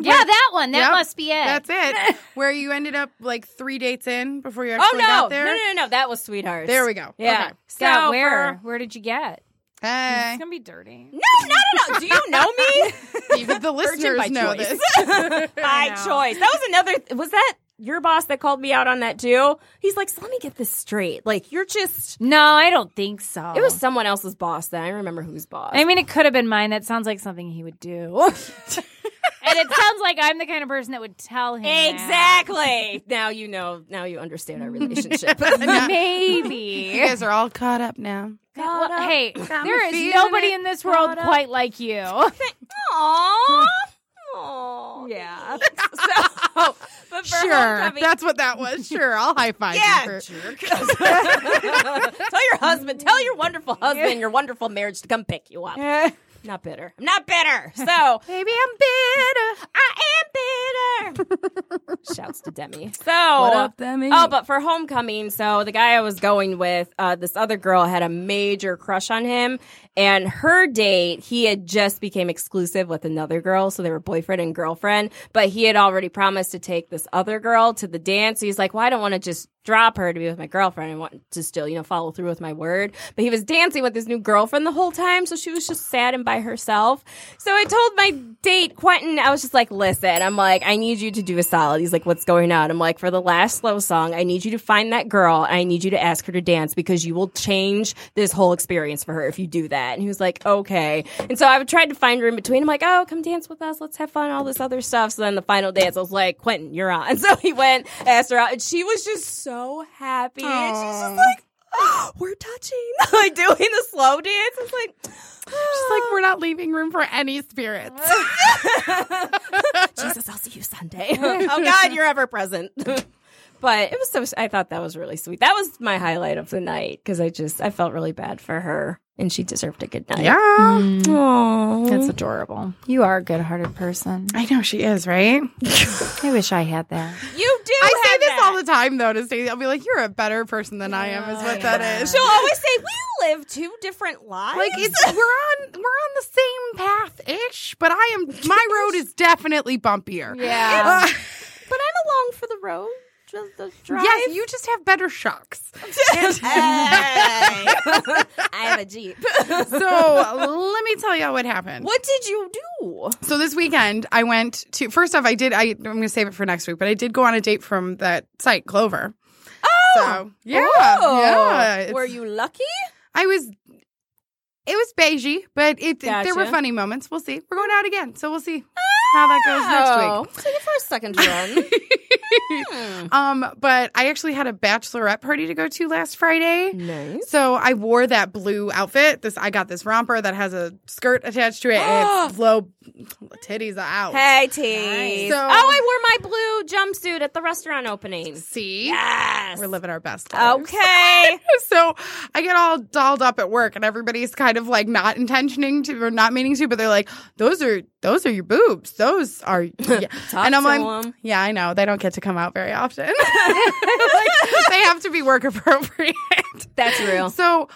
Speaker 5: yeah, that one. That
Speaker 2: Yep.
Speaker 5: must be it.
Speaker 2: That's it. Where you ended up like three dates in before you
Speaker 3: Oh,
Speaker 2: actually
Speaker 3: no.
Speaker 2: got
Speaker 3: No,
Speaker 2: there.
Speaker 3: no, no, no. That was Sweethearts.
Speaker 2: There we go.
Speaker 3: Yeah.
Speaker 2: Okay.
Speaker 3: So
Speaker 5: yeah,
Speaker 3: for-
Speaker 5: where? Where did you get?
Speaker 2: Hey,
Speaker 5: gonna be dirty.
Speaker 3: No, not at all. Do you know me?
Speaker 2: even the
Speaker 3: Virgin by
Speaker 2: listeners know
Speaker 3: choice.
Speaker 2: this.
Speaker 3: by choice. That was another. Th- was that your boss that called me out on that too? He's like, so let me get this straight. Like, you're just.
Speaker 5: No, I don't think so.
Speaker 3: It was someone else's boss then. I remember whose boss.
Speaker 5: I mean, it could have been mine. That sounds like something he would do. and it sounds like I'm the kind of person that would tell him. that.
Speaker 3: exactly. now you know. Now you understand our relationship.
Speaker 2: You
Speaker 5: Maybe.
Speaker 2: guys are all caught up now.
Speaker 5: Well, hey, there
Speaker 2: feeling
Speaker 5: is nobody
Speaker 2: it.
Speaker 5: in this world quite like you.
Speaker 3: Aww. Aww. Yeah. So, but for
Speaker 2: Sure,
Speaker 3: homecoming-
Speaker 2: that's what that was. Sure, I'll high five
Speaker 3: Yeah,
Speaker 2: you. For,
Speaker 3: jerk. tell your husband, tell your wonderful husband, your wonderful marriage to come pick you up. Not bitter. I'm not bitter. So
Speaker 2: Maybe I'm bitter.
Speaker 3: I am bitter. Shouts to Demi. So
Speaker 2: Demi?
Speaker 3: Oh, but for homecoming, so the guy I was going with, uh, this other girl had a major crush on him, and her date, he had just became exclusive with another girl, so they were boyfriend and girlfriend. But he had already promised to take this other girl to the dance. So he's like, "Well, I don't want to just drop her to be with my girlfriend. I want to still, you know, follow through with my word." But he was dancing with his new girlfriend the whole time, so she was just sad and by herself. So I told my date Quentin, I was just like, "Listen, I'm like, I need you to do a solid." He's like, "What's going on?" I'm like, "For the last slow song, I need you to find that girl. I need you to ask her to dance because you will change this whole experience for her if you do that." And he was like, "Okay." And so I tried to find her in between. I'm like, "Oh, come dance with us. Let's have fun. All this other stuff." So then the final dance, I was like, "Quentin, you're on." so he went, asked her out, and she was just so happy, and she's just like. "Oh, we're touching, like doing the slow dance. It's like,
Speaker 2: It's like we're not leaving room for any spirits.
Speaker 3: Jesus, I'll see you Sunday. oh God, you're ever present. but it was so. I thought that was really sweet. That was my highlight of the night because I just I felt really bad for her. and she deserved a good night.
Speaker 2: Yeah.
Speaker 3: Mm.
Speaker 5: That's adorable. You are a good-hearted person.
Speaker 2: I know she is, right?
Speaker 5: I wish I had that.
Speaker 3: You do.
Speaker 2: I say
Speaker 3: have
Speaker 2: this
Speaker 3: that.
Speaker 2: all the time though to Stacey. I'll be like, You're a better person than I am is what that is.
Speaker 3: She'll always say we live two different lives.
Speaker 2: like it's we're on we're on the same path ish, but I am my road is definitely bumpier.
Speaker 5: Yeah.
Speaker 2: Uh,
Speaker 3: but I'm along for the road. Just the drive.
Speaker 2: yes, you just have better shocks.
Speaker 3: Hey. I have a jeep.
Speaker 2: So let me tell y'all what happened.
Speaker 3: what did you do?
Speaker 2: So this weekend, I went to. First off, I did. I, I'm going to save it for next week, but I did go on a date from that site, Clover. Oh, so, yeah,
Speaker 3: Oh.
Speaker 2: yeah. it's-
Speaker 3: Were you lucky?
Speaker 2: I was. It was beigey, but it there were
Speaker 3: Gotcha.
Speaker 2: funny moments. We'll see. We're going out again, so we'll see how that goes
Speaker 3: Oh, take it for a second run.
Speaker 2: next week. um, but I actually had a bachelorette party to go to last Friday.
Speaker 3: nice.
Speaker 2: So I wore that blue outfit. This I got this romper that has a skirt attached to it. and it's low titties are out.
Speaker 3: Hey, T.
Speaker 2: Nice.
Speaker 3: oh, I wore my blue jumpsuit at the restaurant opening.
Speaker 2: See,
Speaker 3: Yes.
Speaker 2: we're living our best. lives.
Speaker 3: Okay.
Speaker 2: So I get all dolled up at work, and everybody's kind of like not intentioning to or not meaning to, but they're like, "Those are those are your boobs. Those are." Yeah. and I'm
Speaker 3: to
Speaker 2: like,
Speaker 3: 'em.
Speaker 2: "Yeah, I know. They don't get to come out very often. like, they have to be work appropriate."
Speaker 3: That's real.
Speaker 2: So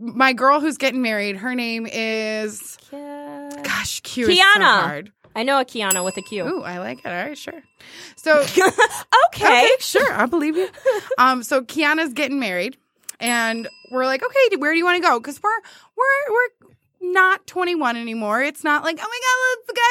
Speaker 2: my girl who's getting married, her name is gosh, Q is so
Speaker 3: Kiana.
Speaker 2: hard.
Speaker 3: I know a Kiana with a Q.
Speaker 2: Ooh, I like it. All right, sure. So
Speaker 3: Okay.
Speaker 2: sure, I believe you. Um, so Kiana's getting married, and we're like, okay, where do you want to go? Because we're we're we're not 21 anymore. It's not like, oh my god,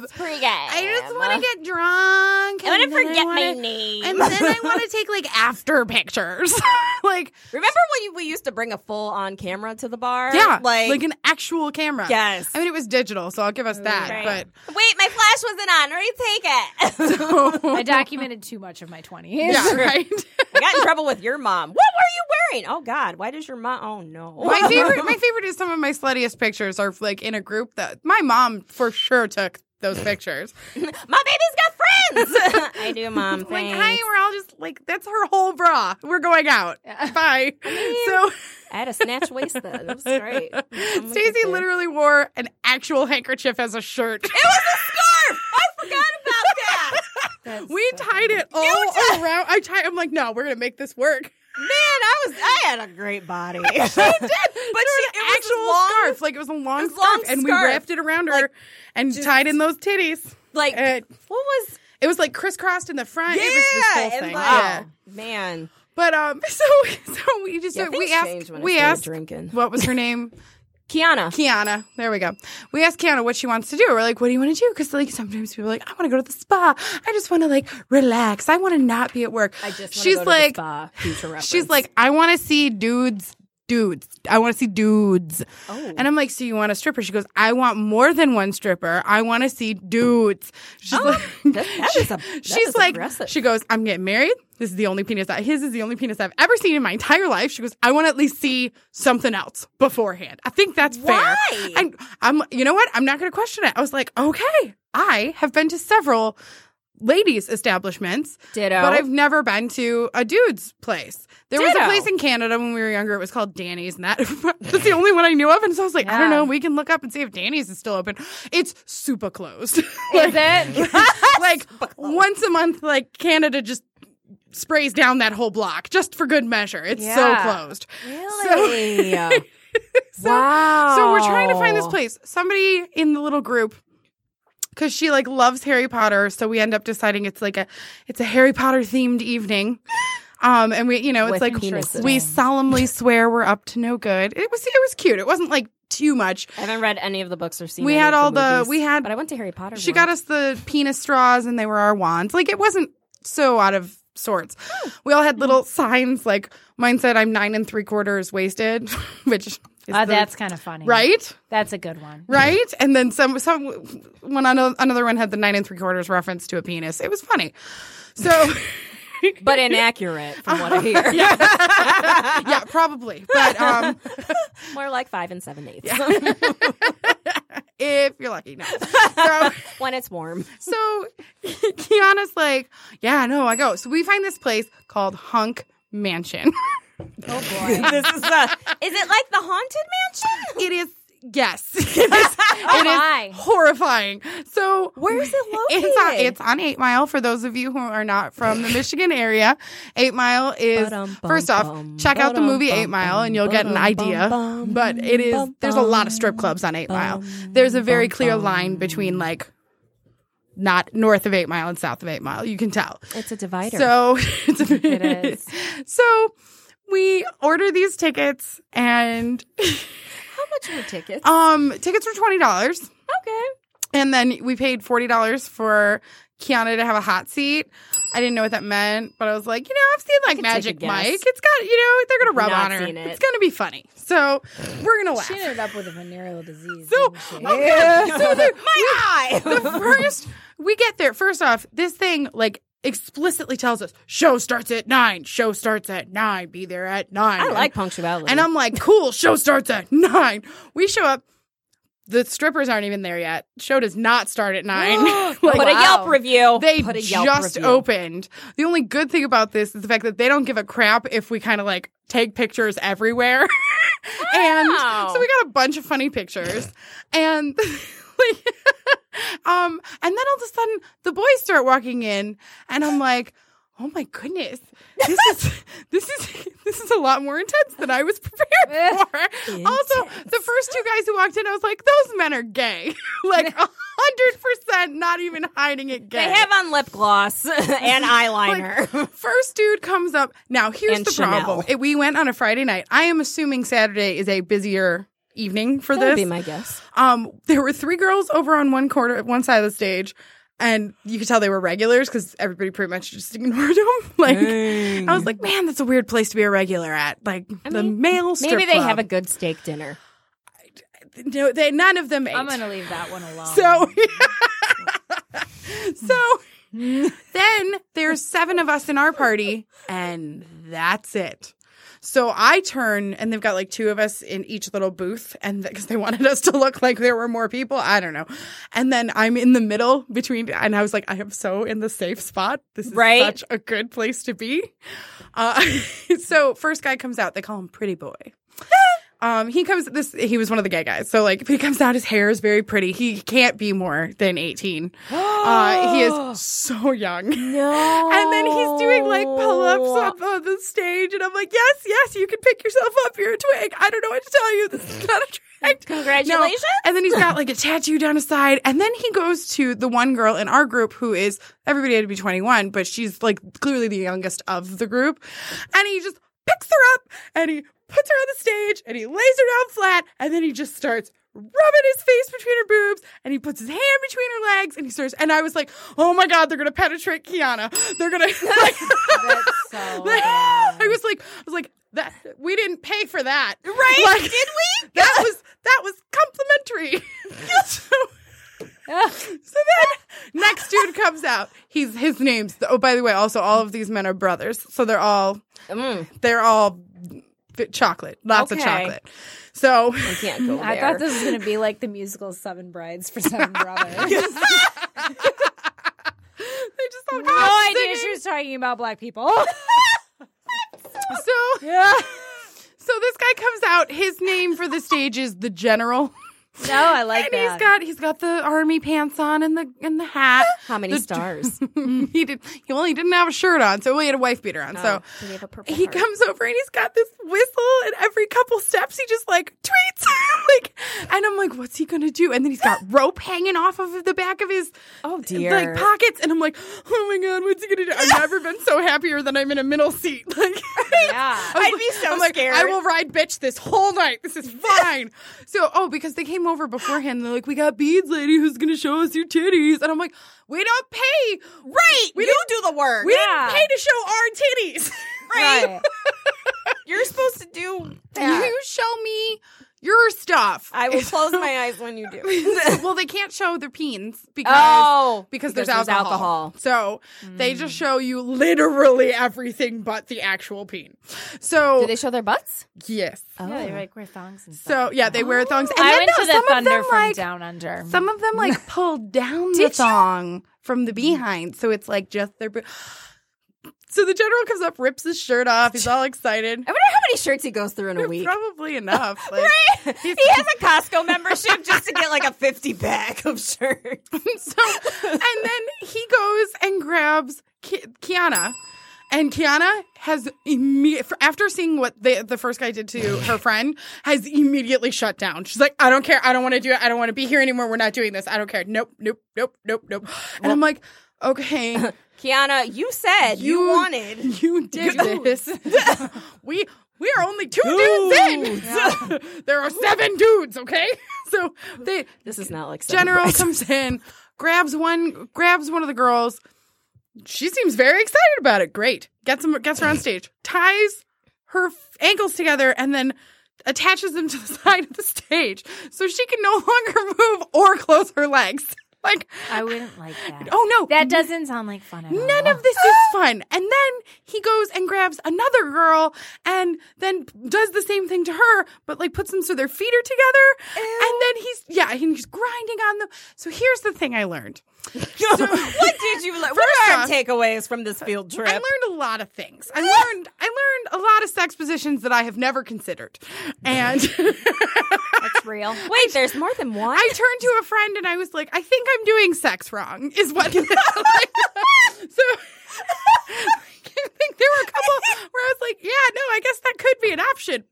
Speaker 2: let's go to a club.
Speaker 3: pretty
Speaker 2: Um, I just want to get drunk.
Speaker 3: I
Speaker 2: and
Speaker 3: want to
Speaker 2: then
Speaker 3: forget my
Speaker 2: wanna-
Speaker 3: name.
Speaker 2: And then I want to take like after pictures, like
Speaker 3: Remember when you, we used to bring a full on camera to the bar?
Speaker 2: yeah,
Speaker 3: Like,
Speaker 2: an actual camera.
Speaker 3: Yes.
Speaker 2: I mean it was digital, so I'll give us that.
Speaker 3: Right. wait, my flash wasn't on. Retake it.
Speaker 2: But
Speaker 5: I documented too much of my 20s.
Speaker 2: yeah, right.
Speaker 3: I got in trouble with your mom. What were you wearing? Oh, God. Why does your mom? Oh, no.
Speaker 2: My favorite, my favorite is some of my sluttiest pictures are like in a group that my mom for sure took those pictures.
Speaker 3: my baby's got friends. I do, mom.
Speaker 2: like,
Speaker 3: Thanks.
Speaker 2: hi, we're all just like that's her whole bra. We're going out. Bye. So
Speaker 3: I had a snatch waist then. It was great. I'm
Speaker 2: Stacey
Speaker 3: good.
Speaker 2: literally wore an actual handkerchief as a shirt.
Speaker 3: scarf. I forgot about that.
Speaker 2: we tied it all around. I tied. I'm like, no, we're gonna make this work.
Speaker 3: Man, I was. I had a great body. she did, but she, it was
Speaker 2: Actual
Speaker 3: long,
Speaker 2: scarf, like it was a long
Speaker 3: was
Speaker 2: scarf,
Speaker 3: long
Speaker 2: and we
Speaker 3: scarf.
Speaker 2: wrapped it around her
Speaker 3: Like,
Speaker 2: and tied in those titties.
Speaker 3: Like
Speaker 2: It,
Speaker 3: what was?
Speaker 2: it was like crisscrossed in the front. it was this
Speaker 3: Yeah,
Speaker 2: whole
Speaker 3: and
Speaker 2: thing.
Speaker 3: like,
Speaker 2: yeah.
Speaker 3: Oh, man.
Speaker 2: But um, so so we just
Speaker 3: Yeah,
Speaker 2: we
Speaker 3: things
Speaker 2: asked
Speaker 3: change when I
Speaker 2: we
Speaker 3: started
Speaker 2: asked
Speaker 3: drinking.
Speaker 2: what was her name
Speaker 3: Kiana.
Speaker 2: Kiana. There we go. We asked Kiana what she wants to do. We're like, what do you want to do? Because like sometimes people are like, I want to go to the spa. I just want to like relax. I want to not be at work. I just she's like she's like I want to see dudes. Dudes, I want to see dudes,
Speaker 3: Oh.
Speaker 2: and I'm like, so you want a stripper? She goes, I want more than one stripper. I want to see dudes. She's like,
Speaker 3: Oh, That is a. that
Speaker 2: She's
Speaker 3: is
Speaker 2: like,
Speaker 3: aggressive.
Speaker 2: she goes, I'm getting married. This is the only penis that his is the only penis I've ever seen in my entire life. She goes, I want to at least see something else beforehand. I think that's
Speaker 3: Why?
Speaker 2: fair. And I'm, you know what? I'm not going to question it. I was like, okay, I have been to several ladies' establishments,
Speaker 3: Ditto.
Speaker 2: but I've never been to a dude's place. There was
Speaker 3: Ditto.
Speaker 2: a place in Canada when we were younger. It was called Danny's, and that that's the only one I knew of. And so I was like, I don't know. We can look up and see if Danny's is still open. It's super closed. Like-
Speaker 5: it?
Speaker 2: like once a month, like Canada just sprays down that whole block just for good measure. It's
Speaker 5: Yeah.
Speaker 2: so closed.
Speaker 3: really.
Speaker 2: So,
Speaker 3: wow.
Speaker 2: so we're trying to find this place. Somebody in the little group. Cause she like loves Harry Potter, so we end up deciding it's like a, it's a Harry Potter themed evening, um, and we you know it's
Speaker 3: With
Speaker 2: like
Speaker 3: penises.
Speaker 2: we solemnly swear we're up to no good. It was it was cute. It wasn't like too much.
Speaker 3: I haven't read any of the books or seen.
Speaker 2: We
Speaker 3: any
Speaker 2: had
Speaker 3: of
Speaker 2: all the-
Speaker 3: movies,
Speaker 2: we had-
Speaker 3: But I went to Harry Potter.
Speaker 2: She got us the penis straws and they were our wands. Like it wasn't so out of sorts. We all had little signs like mine said I'm nine and three quarters wasted, which is
Speaker 5: Uh,
Speaker 2: the-
Speaker 5: that's kind of funny.
Speaker 2: right.
Speaker 5: That's a good one.
Speaker 2: Right, and then some. Some one ano- another one had the nine and three quarters reference to a penis. It was funny. So
Speaker 3: but inaccurate from what I hear.
Speaker 2: yeah, probably. But um,
Speaker 3: More like five and seven eighths
Speaker 2: if you're lucky, no. So,
Speaker 3: when it's warm.
Speaker 2: So Kiana's like, yeah, no, I go. So we find this place called Hunk Mansion.
Speaker 3: this is the. Is it like the haunted mansion?
Speaker 2: It is yes. It is, it
Speaker 6: Why?
Speaker 2: is horrifying. So
Speaker 3: Where's it located?
Speaker 2: It's on, it's on Eight Mile for those of you who are not from the Michigan area. Eight Mile is
Speaker 3: Ba-dum, bum,
Speaker 2: first off,
Speaker 3: bum.
Speaker 2: check out the
Speaker 3: Ba-dum,
Speaker 2: movie
Speaker 3: bum,
Speaker 2: Eight Mile and you'll
Speaker 3: bum.
Speaker 2: get an
Speaker 3: Ba-dum,
Speaker 2: idea.
Speaker 3: bum,
Speaker 2: But it is
Speaker 3: bum,
Speaker 2: there's a lot of strip clubs on Eight Mile. There's a very clear line between like not north of Eight Mile and south of Eight Mile. You can tell.
Speaker 3: It's a divider.
Speaker 2: So it's a, it
Speaker 3: is.
Speaker 2: So we order these tickets and
Speaker 3: How much were tickets?
Speaker 2: um tickets were twenty dollars.
Speaker 3: okay.
Speaker 2: And then we paid forty dollars for Kiana to have a hot seat. I didn't know what that meant, but I was like, you know, I've seen like
Speaker 3: could take a
Speaker 2: Magic
Speaker 3: guess.
Speaker 2: Mike. It's got you know they're gonna rub
Speaker 3: Not
Speaker 2: on her.
Speaker 3: seen it.
Speaker 2: It's gonna be funny. So we're gonna laugh.
Speaker 5: She ended up with a venereal disease.
Speaker 2: So,
Speaker 5: didn't
Speaker 2: oh
Speaker 5: she?
Speaker 2: God. so the,
Speaker 3: My
Speaker 2: the first we get there, first off, this thing like explicitly tells us show starts at nine. Show starts at nine. Be there at nine.
Speaker 3: I like punctuality.
Speaker 2: And I'm like, cool, show starts at nine. We show up. The strippers aren't even there yet. Show does not start at nine.
Speaker 3: put a Yelp review.
Speaker 2: They
Speaker 3: put a Yelp
Speaker 2: just
Speaker 3: review.
Speaker 2: opened. The only good thing about this is the fact that they don't give a crap if we kind of like take pictures everywhere. and
Speaker 3: Wow.
Speaker 2: so we got a bunch of funny pictures. and like um and then all of a sudden the boys start walking in and I'm like, "Oh my goodness. This is this is this is a lot more intense than I was prepared for." Also, the first two guys who walked in, I was like, "Those men are gay." like 100% not even hiding it gay.
Speaker 3: They have on lip gloss and eyeliner.
Speaker 2: First dude comes up. Now here's
Speaker 3: And
Speaker 2: the problem.
Speaker 3: Chanel.
Speaker 2: It- we went on a Friday night. I am assuming Saturday is a busier evening for
Speaker 3: That'd
Speaker 2: this.
Speaker 3: be my guess.
Speaker 2: um, there were three girls over on one corner, one side of the stage, and you could tell they were regulars because everybody pretty much just ignored them. like I was like, man, that's a weird place to be a regular at. Like the
Speaker 3: mean,
Speaker 2: male.
Speaker 3: Maybe
Speaker 2: strip
Speaker 3: they have a
Speaker 2: club.
Speaker 3: good steak dinner.
Speaker 2: No, they none of them. Ate.
Speaker 5: I'm gonna leave that one alone.
Speaker 2: So, so then there's seven of us in our party, and that's it. So I turn, and they've got like two of us in each little booth, and because they wanted us to look like there were more people, I don't know. And then I'm in the middle between, and I was like, I am so in the safe spot. This is
Speaker 3: Right.
Speaker 2: such a good place to be. Uh, so first guy comes out, they call him Pretty Boy. Um, he comes this he was one of the gay guys. So like he comes out, his hair is very pretty. He can't be more than 18. uh, he is so young.
Speaker 3: No.
Speaker 2: And then he's doing like pull-ups on, on the stage, and I'm like, yes, yes, you can pick yourself up. You're a twig. I don't know what to tell you. This is not a trick.
Speaker 3: Congratulations.
Speaker 2: No. And then he's got like a tattoo down his side. And then he goes to the one girl in our group who is everybody had to be 21, but she's like clearly the youngest of the group. And he just picks her up and he puts her on the stage and he lays her down flat. And then he just starts rubbing his face between her boobs and he puts his hand between her legs and he starts. And I was like, oh my God, they're going to penetrate Kiana. They're going to.
Speaker 5: That's so
Speaker 2: Like,
Speaker 5: bad.
Speaker 2: I was like, I was like, that we didn't pay for that,
Speaker 3: Right?
Speaker 2: Like,
Speaker 3: Did we?
Speaker 2: That was that was complimentary. so, so then next dude comes out. He's his name's. Oh, by the way, also all of these men are brothers, so they're all
Speaker 3: Mm,
Speaker 2: they're all f- chocolate, lots of
Speaker 3: Okay.
Speaker 2: chocolate. So
Speaker 3: I can't go there.
Speaker 5: I thought this was gonna be like the musical Seven Brides for Seven Brothers.
Speaker 2: they just
Speaker 5: Oh,
Speaker 2: all
Speaker 6: No
Speaker 2: come out
Speaker 6: idea
Speaker 2: singing.
Speaker 6: she was talking about black people.
Speaker 2: So So this guy comes out. His name for the stage is the general.
Speaker 6: No, I like
Speaker 2: and he's got he's got the army pants on and the and the hat.
Speaker 3: How many
Speaker 2: The-
Speaker 3: stars?
Speaker 2: he did. He well, he didn't have a shirt on, so well, he had a wife beater on. so
Speaker 3: Did Oh, he have a purple
Speaker 2: he
Speaker 3: heart?
Speaker 2: comes over and he's got this whistle, and every couple steps he just like tweets, like, and I'm like, what's he gonna do? And then he's got rope hanging off of the back of his
Speaker 3: Oh, dear.
Speaker 2: like pockets, and I'm like, oh my god, what's he gonna do? I've never been so happier than I'm in a middle seat. Like,
Speaker 6: Yeah.
Speaker 2: I was
Speaker 3: I'd be so
Speaker 2: I'm like,
Speaker 3: scared.
Speaker 2: I will ride bitch this whole night. This is fine. so, oh, because they came over beforehand, they're like, we got beads, lady, who's gonna show us your titties? And I'm like, we don't pay.
Speaker 3: Right.
Speaker 2: We
Speaker 3: you
Speaker 2: didn't-
Speaker 3: do the work.
Speaker 2: We
Speaker 6: Yeah.
Speaker 2: didn't pay to show our titties.
Speaker 3: right. You're supposed to do that.
Speaker 2: You show me your stuff.
Speaker 3: I will close my eyes when you do.
Speaker 2: well, they can't show their peens because
Speaker 3: Oh,
Speaker 2: because, there's,
Speaker 3: because there's
Speaker 2: alcohol. So they just
Speaker 5: Mm.
Speaker 2: show you literally everything but the actual peen. So
Speaker 3: do they show their butts?
Speaker 2: yes.
Speaker 3: Oh.
Speaker 5: Yeah, they like wear thongs and stuff.
Speaker 2: So yeah, they wear thongs. And
Speaker 5: Oh, I
Speaker 2: then
Speaker 5: went
Speaker 2: no,
Speaker 5: to the
Speaker 2: some of
Speaker 5: Thunder
Speaker 2: them
Speaker 5: from
Speaker 2: like
Speaker 5: Down Under.
Speaker 2: some of them like pulled down the
Speaker 5: Did you?
Speaker 2: thong from the behind, so it's like just their. boo- So the general comes up, rips his shirt off. He's all excited.
Speaker 3: I wonder how many shirts he goes through in a week.
Speaker 2: Probably enough. Like,
Speaker 3: he
Speaker 2: he's-
Speaker 3: has a Costco membership just to get like a 50 pack of shirts.
Speaker 2: so, and then he goes and grabs Ki- Kiana, and Kiana has immediate after seeing what the the first guy did to her friend has immediately shut down. She's like, I don't care. I don't want to do it. I don't want to be here anymore. We're not doing this. I don't care. Nope. Nope. Nope. Nope. Nope. And I'm like, okay.
Speaker 3: Kiana, you said you,
Speaker 2: You-
Speaker 3: wanted.
Speaker 2: You did this. we we are only two dudes in. there are seven dudes, okay? So the
Speaker 3: This is not like
Speaker 2: general comes in, grabs one grabs one of the girls. She seems very excited about it. Great. Gets him gets her on stage, ties her f- ankles together, and then attaches them to the side of the stage so she can no longer move or close her legs. Like,
Speaker 5: I wouldn't like that.
Speaker 2: oh no,
Speaker 5: That doesn't sound like fun at all.
Speaker 2: None of this is fun. And then he goes and grabs another girl and then does the same thing to her, but like puts them so their feet are together. And then he's, yeah, he's grinding on them. So here's the thing I learned.
Speaker 3: what did you learn? What
Speaker 2: First
Speaker 3: are our
Speaker 2: off-
Speaker 3: takeaways from this field trip?
Speaker 2: I learned a lot of things. I learned I learned a lot of sex positions that I have never considered. And
Speaker 5: That's real.
Speaker 3: Wait, there's more than one.
Speaker 2: I turned to a friend and I was like, I think I'm doing sex wrong, is what. so I think there were a couple where I was like, yeah, no, I guess that could be an option.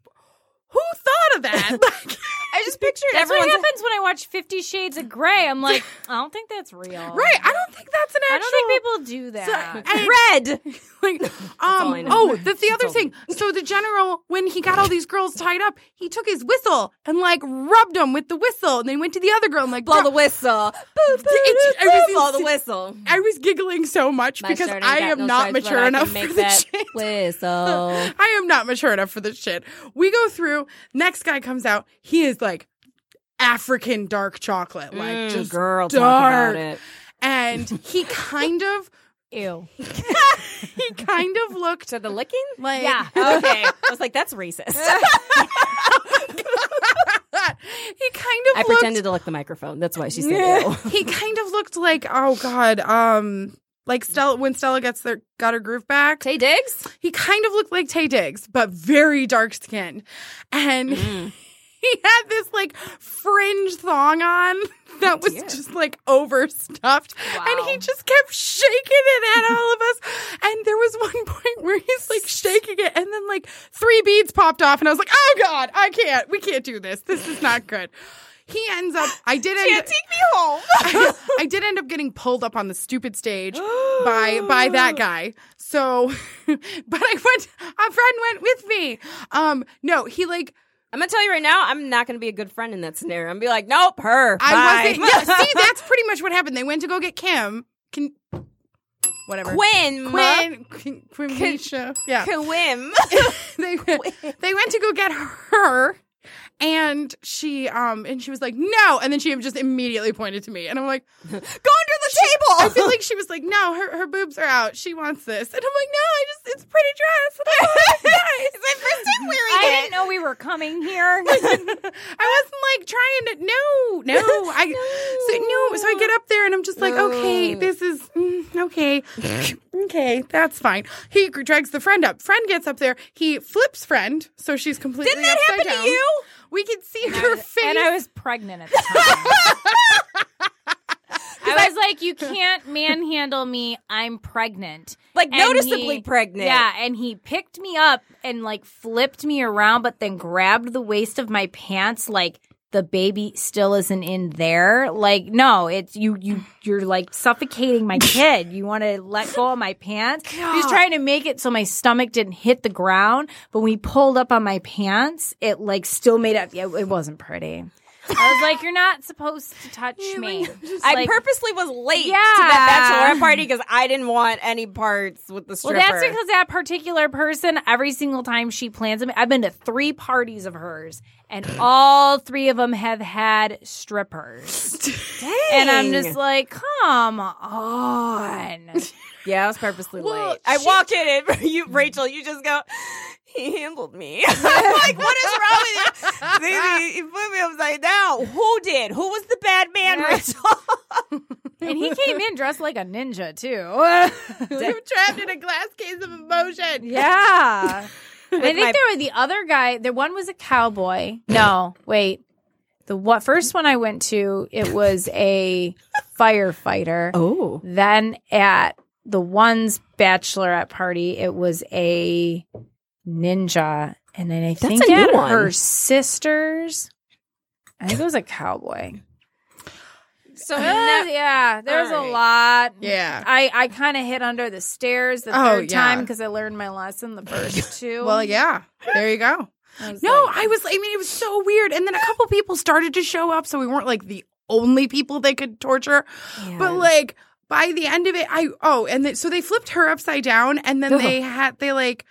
Speaker 2: Who thought of that? Like,
Speaker 3: I just pictured
Speaker 5: That's what happens when I watch Fifty Shades of Grey. I'm like, I don't think that's real.
Speaker 2: right? I don't think that's an actual.
Speaker 5: I don't think people do
Speaker 3: uh,
Speaker 5: that.
Speaker 3: Red.
Speaker 2: like
Speaker 3: all I
Speaker 2: um
Speaker 3: know.
Speaker 2: oh that's the other
Speaker 3: all-
Speaker 2: thing so the general when he got all these girls tied up he took his whistle and like rubbed them with the whistle and then went to the other girl and like
Speaker 3: Blow the
Speaker 2: rub-
Speaker 3: whistle. Boop, boop,
Speaker 2: It's-
Speaker 3: boop,
Speaker 2: I was
Speaker 3: boop. Blow the
Speaker 2: ins-
Speaker 3: whistle.
Speaker 2: I was giggling so much
Speaker 3: My
Speaker 2: because
Speaker 3: shirt ain't
Speaker 2: I
Speaker 3: got
Speaker 2: am
Speaker 3: no
Speaker 2: not
Speaker 3: stripes, but I
Speaker 2: mature
Speaker 3: can
Speaker 2: enough
Speaker 3: make
Speaker 2: for
Speaker 3: that
Speaker 2: this shit.
Speaker 3: Whistle.
Speaker 2: I am not mature enough for this shit. We go through, next guy comes out, he is like African dark chocolate, like
Speaker 3: Mm,
Speaker 2: just
Speaker 3: girl, talk
Speaker 2: dark.
Speaker 3: about it.
Speaker 2: And he kind of
Speaker 5: Ew.
Speaker 2: he kind of looked
Speaker 3: So the licking?
Speaker 2: like
Speaker 5: Yeah.
Speaker 3: Okay. I was like, that's
Speaker 2: he
Speaker 3: racist.
Speaker 2: kind of
Speaker 3: I
Speaker 2: looked
Speaker 3: pretended to lick the microphone. That's why she said ew.
Speaker 2: he kind of looked like oh god, um like Stella when Stella gets their got her groove back.
Speaker 3: Tay Diggs?
Speaker 2: He kind of looked like Tay Diggs, but very dark skinned. And
Speaker 3: Mm.
Speaker 2: he had this like fringe thong on that was just like overstuffed. And he just kept shaking it at all of us. And there was one point where he's like shaking it, and then like three beads popped off. And I was like, oh God, I can't. We can't do this. This is not good. He ends up, I did end up.
Speaker 3: me home.
Speaker 2: I, I did end up getting pulled up on the stupid stage by by that guy. So, but I went. A friend went with me. Um, no, he like
Speaker 3: I'm gonna tell you right now, I'm not gonna be a good friend in that scenario. I'm gonna be like, nope, her.
Speaker 2: I
Speaker 3: Bye.
Speaker 2: wasn't. Yeah, see, that's pretty much what happened. They went to go get Kim. Can whatever.
Speaker 3: Quinn,
Speaker 2: Quinn, Quinn, Quinn, Misha. yeah.
Speaker 3: Quim.
Speaker 2: they went, they went to go get her and she um and she was like no and then she just immediately pointed to me and i'm like go under the table i feel like she was like no her, her boobs are out she wants this and i'm like no i just it's a pretty dress and I want it, guys.
Speaker 5: I didn't know we were coming here.
Speaker 2: I wasn't like trying to. No, no. I so no. So I get up there and I'm just like, okay, this is mm, okay, okay, that's fine. He drags the friend up. Friend gets up there. He flips friend, so she's completely.
Speaker 3: Didn't that
Speaker 2: upside
Speaker 3: happen to
Speaker 2: down.
Speaker 3: you?
Speaker 2: We can see her face.
Speaker 5: and I was pregnant at the time. I was like, you can't manhandle me. I'm pregnant.
Speaker 3: Like,
Speaker 5: And
Speaker 3: noticeably pregnant.
Speaker 5: Yeah, and he picked me up and like flipped me around, but then grabbed the waist of my pants like the baby still isn't in there. Like, no, it's you you you're like suffocating my kid. You want to let go of my pants. He's trying to make it so my stomach didn't hit the ground, but when he pulled up on my pants, it like still made up. Yeah, it wasn't pretty. I was like, you're not supposed to touch me.
Speaker 3: I
Speaker 5: Like-
Speaker 3: purposely was late to
Speaker 5: Yeah.
Speaker 3: that bachelorette party because I didn't want any parts with the
Speaker 5: Well,
Speaker 3: stripper.
Speaker 5: that's because that particular person, every single time she plans them, I've been to three parties of hers, and all three of them have had strippers. And I'm just like, come on.
Speaker 3: yeah, I was purposely
Speaker 2: Well,
Speaker 3: late. I
Speaker 2: she-
Speaker 3: walk in and you, Rachel, you just go, he handled me. I'm like, what is wrong with you? Baby, he put me upside down. Who did? Who was the bad man, Rachel?
Speaker 5: and he came in dressed like a ninja too.
Speaker 2: I'm trapped in a glass case of emotion.
Speaker 6: yeah.
Speaker 5: I think there were the other guy. The one was a cowboy. No, wait. The what first one I went to, it was a firefighter.
Speaker 3: Oh.
Speaker 5: Then at the one's bachelorette party, it was a ninja, and then I
Speaker 3: That's
Speaker 5: think
Speaker 3: a new
Speaker 5: at
Speaker 3: one.
Speaker 5: her sister's, I think it was a cowboy.
Speaker 3: So
Speaker 5: Uh, yeah, there's
Speaker 3: All right.
Speaker 5: a lot.
Speaker 2: Yeah.
Speaker 5: I, I kind of hid under the stairs the
Speaker 2: Oh,
Speaker 5: third time
Speaker 2: yeah.
Speaker 5: because I learned my lesson the first two.
Speaker 2: Well, yeah. There you go.
Speaker 5: I was
Speaker 2: No,
Speaker 5: like-
Speaker 2: I was. I mean, it was so weird. And then a couple people started to show up, so we weren't like the only people they could torture. But like by the end of it, I oh, and they, so they flipped her upside down, and then they had they like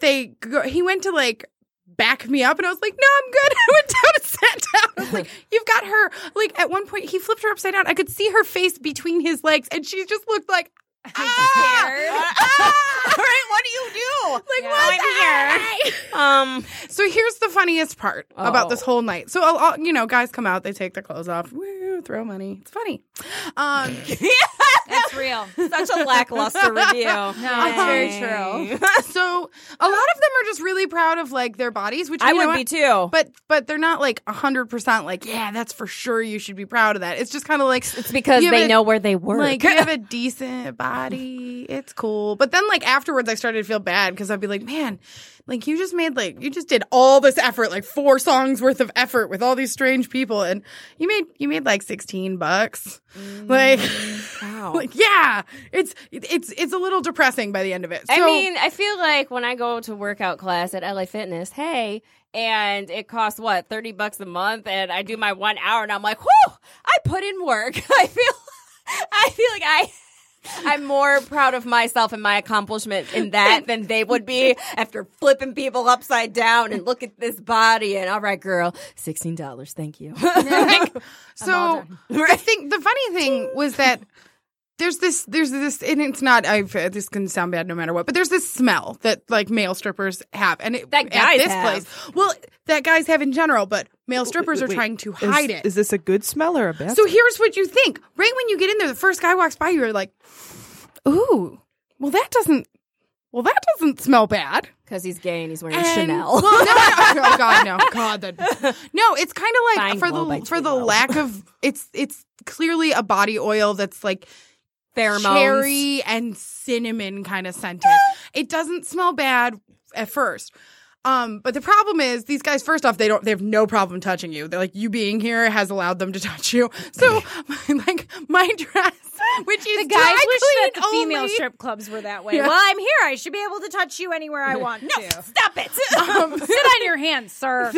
Speaker 2: they go, he went to like back me up, and I was like, no, I'm good. I went down and sat down. I was like, you've got her. Like at one point, he flipped her upside down. I could see her face between his legs, and she just looked like. Ah, ah,
Speaker 3: All right, what do you
Speaker 2: like
Speaker 3: Yeah.
Speaker 2: what's
Speaker 3: I'm
Speaker 2: happening?
Speaker 3: do? Um,
Speaker 2: So here's the funniest part about this
Speaker 3: Oh.
Speaker 2: whole night. So I'll, I'll- you know, guys come out, they take their clothes off, woo, throw money. It's funny. Um,
Speaker 6: That's real.
Speaker 3: such a lackluster review. No,
Speaker 5: that's very true.
Speaker 2: um, so a lot of them are just really proud of like their bodies, which
Speaker 3: I
Speaker 2: you know
Speaker 3: would
Speaker 2: what?
Speaker 3: be too.
Speaker 2: But but they're not like hundred percent like yeah, that's for sure. You should be proud of that. It's just kind of like
Speaker 3: It's because
Speaker 2: Yeah,
Speaker 3: they
Speaker 2: but-
Speaker 3: know where they work.
Speaker 2: like you have a decent body. It's cool. But then like afterwards, I started to feel bad because I'd be like, man, like you just made like you just did all this effort, like four songs worth of effort with all these strange people, and you made you made like sixteen bucks. Like,
Speaker 3: Mm, Wow.
Speaker 2: like yeah, it's it's it's a little depressing by the end of it. So,
Speaker 3: I mean, I feel like when I go to workout class at LA Fitness, hey, and it costs what, 30 bucks a month, and I do my one hour, and I'm like, whoo, I put in work. I feel, I feel like I. I'm more proud of myself and my accomplishment in that than they would be after flipping people upside down and look at this body and all right, girl, sixteen dollars, thank you.
Speaker 2: so the thing, the funny thing was that. There's this, there's this, and it's not. I this can sound bad no matter what, but there's this smell that like male strippers have, and it,
Speaker 3: That
Speaker 2: at
Speaker 3: guys
Speaker 2: this
Speaker 3: have.
Speaker 2: place, well, that guys have in general, but male strippers are
Speaker 8: Wait,
Speaker 2: trying to
Speaker 8: is-
Speaker 2: hide it.
Speaker 8: Is this a good smell or a bad?
Speaker 2: So here's what you think. Right when you get in there, the first guy walks by, you're like, ooh, well, that doesn't, well, that doesn't smell bad.
Speaker 3: Because he's gay and he's wearing
Speaker 2: And-
Speaker 3: Chanel.
Speaker 2: Well, no, no, oh God, no, God, that, no. It's kind of like
Speaker 3: Fine
Speaker 2: for
Speaker 3: glow by
Speaker 2: the for the
Speaker 3: J-Lo.
Speaker 2: lack of it's it's clearly a body oil that's like
Speaker 3: Pheromones.
Speaker 2: cherry and cinnamon kind of scented. it doesn't smell bad at first. Um, but the problem is these guys, first off, they don't they have no problem touching you. They're like, you being here has allowed them to touch you. So like my dress, which is
Speaker 5: the guys
Speaker 2: dry
Speaker 5: wish that
Speaker 2: clean
Speaker 5: the female
Speaker 2: only.
Speaker 5: strip clubs were that way.
Speaker 2: Yeah.
Speaker 5: Well, I'm here. I should be able to touch you anywhere I want to.
Speaker 3: Stop it.
Speaker 5: Sit on your hands, sir.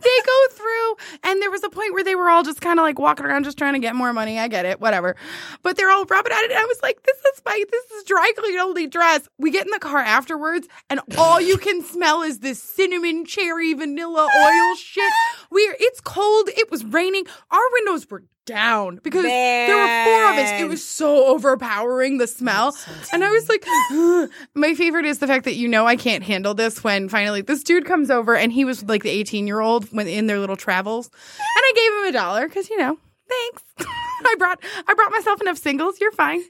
Speaker 2: they go through and there was a point where they were all just kind of like walking around just trying to get more money i get it whatever but they're all rubbing at it and i was like this is my this is dry clean only dress we get in the car afterwards and all you can smell is this cinnamon cherry vanilla oil shit we're it's cold it was raining our windows were down because there were four of us it
Speaker 3: Man.
Speaker 2: was so overpowering the smell. and I was like, "Ugh." my favorite is the fact that you know I can't handle this when finally this dude comes over and he was like the 18 year old when in their little travels. And I gave him a dollar because you know, thanks. I brought I brought myself enough singles. You're fine.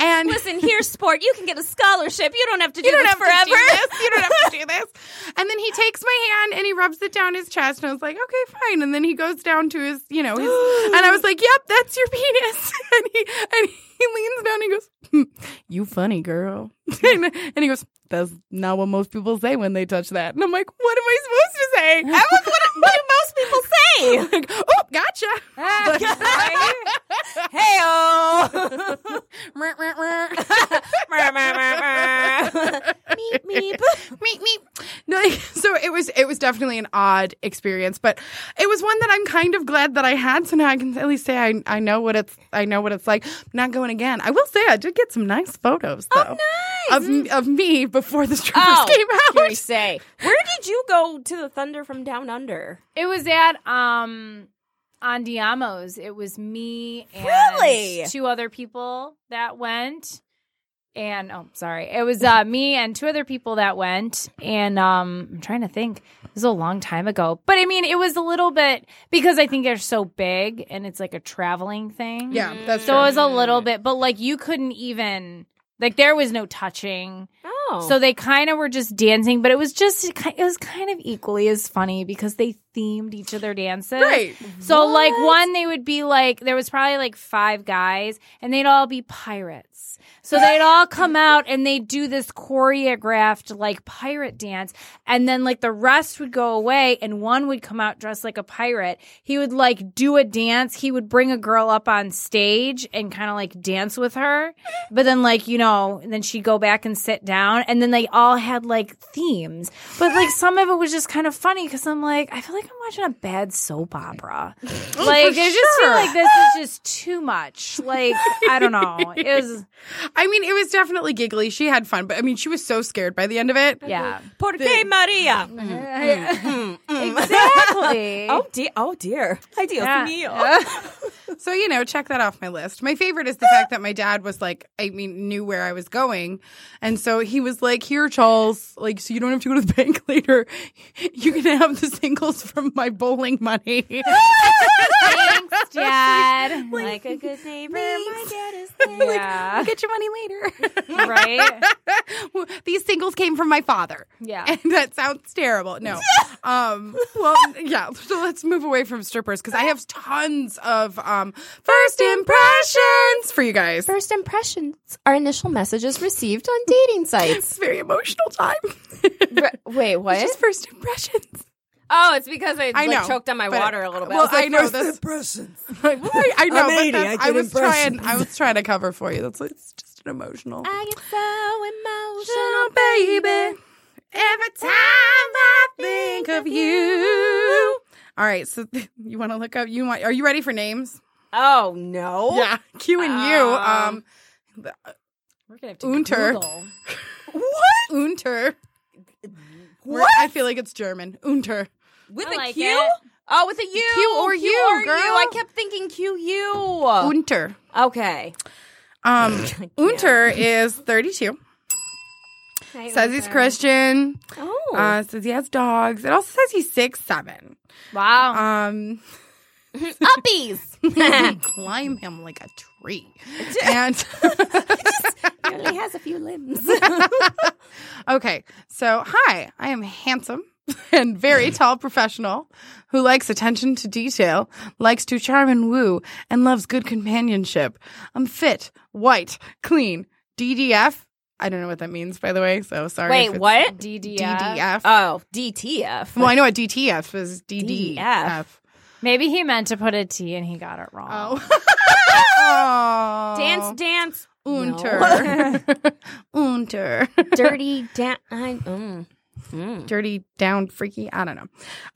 Speaker 2: And
Speaker 3: Listen here, sport. You can get a scholarship. You don't have to do
Speaker 2: you don't
Speaker 3: this
Speaker 2: have
Speaker 3: forever.
Speaker 2: to do this. You don't have to do this. And then he takes my hand and he rubs it down his chest, and I was like, okay, fine. And then he goes down to his, you know, his, and I was like, yep, that's your penis. And he and he leans down and he goes, hmm, you funny girl. and, and he goes, that's not what most people say when they touch that. And I'm like, what am I supposed to say? I was, what, what do most people
Speaker 3: Hey,
Speaker 2: say? Like, oh, gotcha.
Speaker 3: hey,
Speaker 2: Meep, meep,
Speaker 3: meep.
Speaker 2: meep. No, like, so it was it was definitely an odd experience, but it was one that I'm kind of glad that I had. So now I can at least say I, I know what it's I know what it's like. Not going again. I will say I did get some nice photos
Speaker 5: Oh,
Speaker 2: though of m- of me before the strippers
Speaker 3: Oh,
Speaker 2: came out.
Speaker 3: we say? Where did you go to the Thunder from Down Under?
Speaker 5: It was at um Andiamo's. It was me and
Speaker 3: Really?
Speaker 5: two other people that went. and oh, sorry, it was uh, me and two other people that went. And um, I'm trying to think. It was a long time ago, but I mean, it was a little bit because I think they're so big and it's like a traveling thing.
Speaker 2: Yeah, that's
Speaker 5: Mm. So it
Speaker 2: true.
Speaker 5: was a little bit, but like you couldn't even like there was no touching.
Speaker 3: Oh.
Speaker 5: So they kind of were just dancing, but it was just it was kind of equally as funny because they themed each of their dances.
Speaker 2: Right.
Speaker 5: So like one they would be like there was probably like five guys and they'd all be pirates. So they'd all come out and they'd do this choreographed like pirate dance and then like the rest would go away and one would come out dressed like a pirate. He would like do a dance. He would bring a girl up on stage and kind of like dance with her. But then like, you know, and then she'd go back and sit down and then they all had like themes. But like some of it was just kind of funny cuz I'm like I feel like I'm watching a bad soap opera. like I just feel like this is just too much. Like I don't know. It was
Speaker 2: I mean, it was definitely giggly. She had fun, but I mean, she was so scared by the end of it.
Speaker 5: yeah.
Speaker 3: Porque Maria.
Speaker 5: Exactly.
Speaker 3: Mm-hmm. Oh dear! Oh dear! Ideal
Speaker 5: Yeah.
Speaker 3: meal.
Speaker 2: So, you know, check that off my list. My favorite is the fact that my dad was like, I mean, knew where I was going. And so he was like, Here, Charles, like, so you don't have to go to the bank later. You can have the singles from my bowling money.
Speaker 5: Thanks, Dad. Like a good neighbor. Yeah.
Speaker 2: Get your money later.
Speaker 5: right.
Speaker 2: These singles came from my father.
Speaker 5: Yeah.
Speaker 2: And that sounds terrible. No. um, well, yeah. So let's move away from strippers because I have tons of um, first impressions for you guys.
Speaker 8: First impressions are initial messages received on dating sites.
Speaker 2: It's a very emotional time.
Speaker 8: Re- Wait, what?
Speaker 2: Just first impressions.
Speaker 3: Oh, it's because I,
Speaker 2: I
Speaker 3: like,
Speaker 2: know,
Speaker 3: choked on my
Speaker 2: but-
Speaker 3: water a little bit.
Speaker 2: Well,
Speaker 3: I was like,
Speaker 2: I know this.
Speaker 9: Impressions.
Speaker 2: Like, well, I, I know,
Speaker 9: I'm
Speaker 2: but
Speaker 9: 80,
Speaker 2: that's-
Speaker 9: I get
Speaker 2: I was
Speaker 9: impressions.
Speaker 2: trying. I was trying to cover for you. That's it's just an emotional.
Speaker 8: I get so
Speaker 2: baby. Every time I think of you. All right, so you want to look up? You want? Are you ready for names?
Speaker 3: oh no!
Speaker 2: Yeah, Q and you. Um,
Speaker 5: We're gonna have
Speaker 2: Unter.
Speaker 3: What
Speaker 2: Unter. We're-
Speaker 3: What?
Speaker 2: I feel like it's German. Unter.
Speaker 3: with
Speaker 5: I
Speaker 3: a
Speaker 5: like
Speaker 3: Q?
Speaker 5: it.
Speaker 3: Oh, with a U.
Speaker 2: Q or U,
Speaker 3: or
Speaker 2: girl.
Speaker 3: I kept thinking Q U.
Speaker 2: Unter.
Speaker 3: Okay.
Speaker 2: Um, Unter is 32. Says he's Christian.
Speaker 3: Oh.
Speaker 2: Uh, says he has dogs. It also says he's six seven.
Speaker 5: Wow.
Speaker 2: Um,
Speaker 3: Uppies.
Speaker 2: climb him like a tree. And
Speaker 8: Only has a few limbs.
Speaker 2: okay, so hi, I am handsome and very tall professional who likes attention to detail, likes to charm and woo, and loves good companionship. I'm fit, white, clean, DDF. I don't know what that means, by the way. So sorry. if
Speaker 3: Wait,
Speaker 2: it's
Speaker 3: what?
Speaker 5: DDF.
Speaker 2: DDF.
Speaker 3: Oh, DTF.
Speaker 2: well, I know what DTF is. DDF.
Speaker 3: DDF.
Speaker 5: Maybe he meant to put a T and he got it wrong.
Speaker 2: Oh.
Speaker 3: Dance, dance.
Speaker 2: Unter. Unter.
Speaker 8: Dirty
Speaker 3: Dan- I, mm. Mm.
Speaker 2: Dirty, down, freaky. I don't know.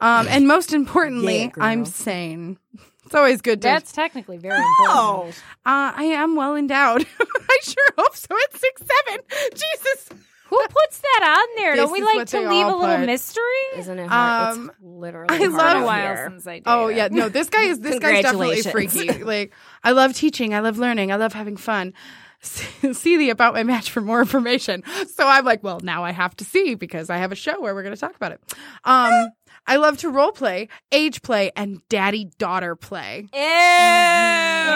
Speaker 2: Um, and most importantly,
Speaker 3: Yeah, girl.
Speaker 2: I'm sane. It's always good to.
Speaker 5: That's technically very important.
Speaker 2: uh, I am well endowed. I sure hope so. It's six seven. Jesus.
Speaker 5: Who puts that on there?
Speaker 2: This
Speaker 5: Don't we
Speaker 2: is
Speaker 5: like
Speaker 2: what
Speaker 5: to
Speaker 2: they
Speaker 5: leave
Speaker 2: all
Speaker 5: a little
Speaker 2: put.
Speaker 5: mystery?
Speaker 3: Isn't it hard?
Speaker 2: Um,
Speaker 3: it's literally
Speaker 2: I
Speaker 3: hard
Speaker 2: love-
Speaker 5: It's been
Speaker 3: out
Speaker 5: a while
Speaker 3: here.
Speaker 5: since I did.
Speaker 2: Oh yeah, no. This guy is this guy's definitely
Speaker 3: Congratulations.
Speaker 2: freaky. Like I love teaching. I love learning. I love having fun. See the about my match for more information. So I'm like, well, now I have to see because I have a show where we're going to talk about it. Um, I love to role play, age play, and daddy daughter play.
Speaker 3: Mm-hmm.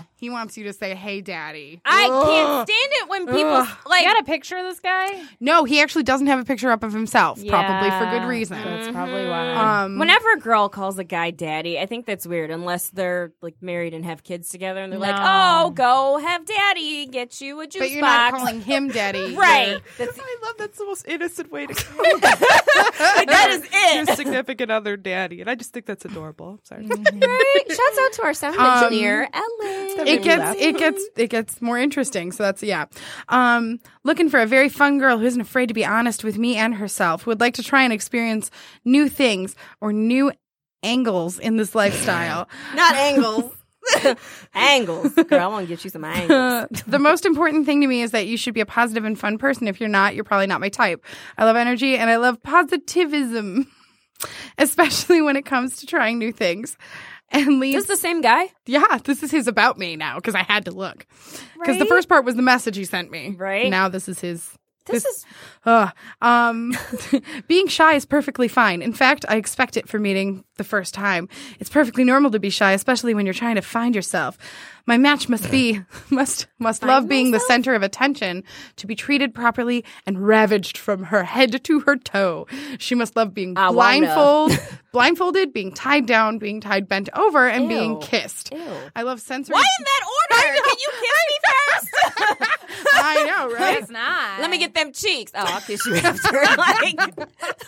Speaker 3: Ew.
Speaker 2: He wants you to say, "Hey, daddy."
Speaker 3: I can't stand it when people like
Speaker 5: You got a picture of this guy?
Speaker 2: No, he actually doesn't have a picture up of himself, probably for
Speaker 5: Yeah.
Speaker 2: good reason.
Speaker 5: That's probably why.
Speaker 9: Uh,
Speaker 2: Um,
Speaker 3: Whenever a girl calls a guy daddy, I think that's weird unless they're like married and have kids together and they're like,
Speaker 5: No.
Speaker 3: "Oh, go have daddy, get you a juice
Speaker 2: but you're
Speaker 3: box."
Speaker 2: not calling him daddy,
Speaker 3: right. That's,
Speaker 9: I love that's the most innocent way to call
Speaker 3: that is
Speaker 9: your
Speaker 3: it.
Speaker 9: significant other daddy, and I just think that's adorable. I'm sorry.
Speaker 2: Mm,
Speaker 8: Shouts out to our sound
Speaker 2: Um,
Speaker 8: engineer, Ellen.
Speaker 2: It gets it gets it gets more interesting. So that's yeah. Um, looking for a very fun girl who isn't afraid to be honest with me and herself, who would like to try and experience new things or new angles in this lifestyle.
Speaker 3: not angles. angles. Girl, I want to get you some angles.
Speaker 2: the most important thing to me is that you should be a positive and fun person. If you're not, you're probably not my type. I love energy and I love positivism, especially when it comes to trying new things. and leaves.
Speaker 3: Is the same guy?
Speaker 2: yeah, this is his about me now because I had to look. Because the
Speaker 6: Right?
Speaker 2: first part was the message he sent me.
Speaker 3: Right.
Speaker 2: Now this is his.
Speaker 3: This is
Speaker 2: Ugh. Um, being shy is perfectly fine. In fact, I expect it for meeting the first time. It's perfectly normal to be shy, especially when you're trying to find yourself. My match must be must must love being the center of attention, to be treated properly and ravaged from her head to her toe. She must love being
Speaker 3: I wanna.
Speaker 2: blindfold, blindfolded, being tied down, being tied bent over, and being
Speaker 3: Ew.
Speaker 2: kissed. I love sensory.
Speaker 3: why in that order? Can you kiss me first?
Speaker 2: I know, right?
Speaker 6: It's not.
Speaker 3: Let me get them cheeks. Oh, I'll kiss you after. like,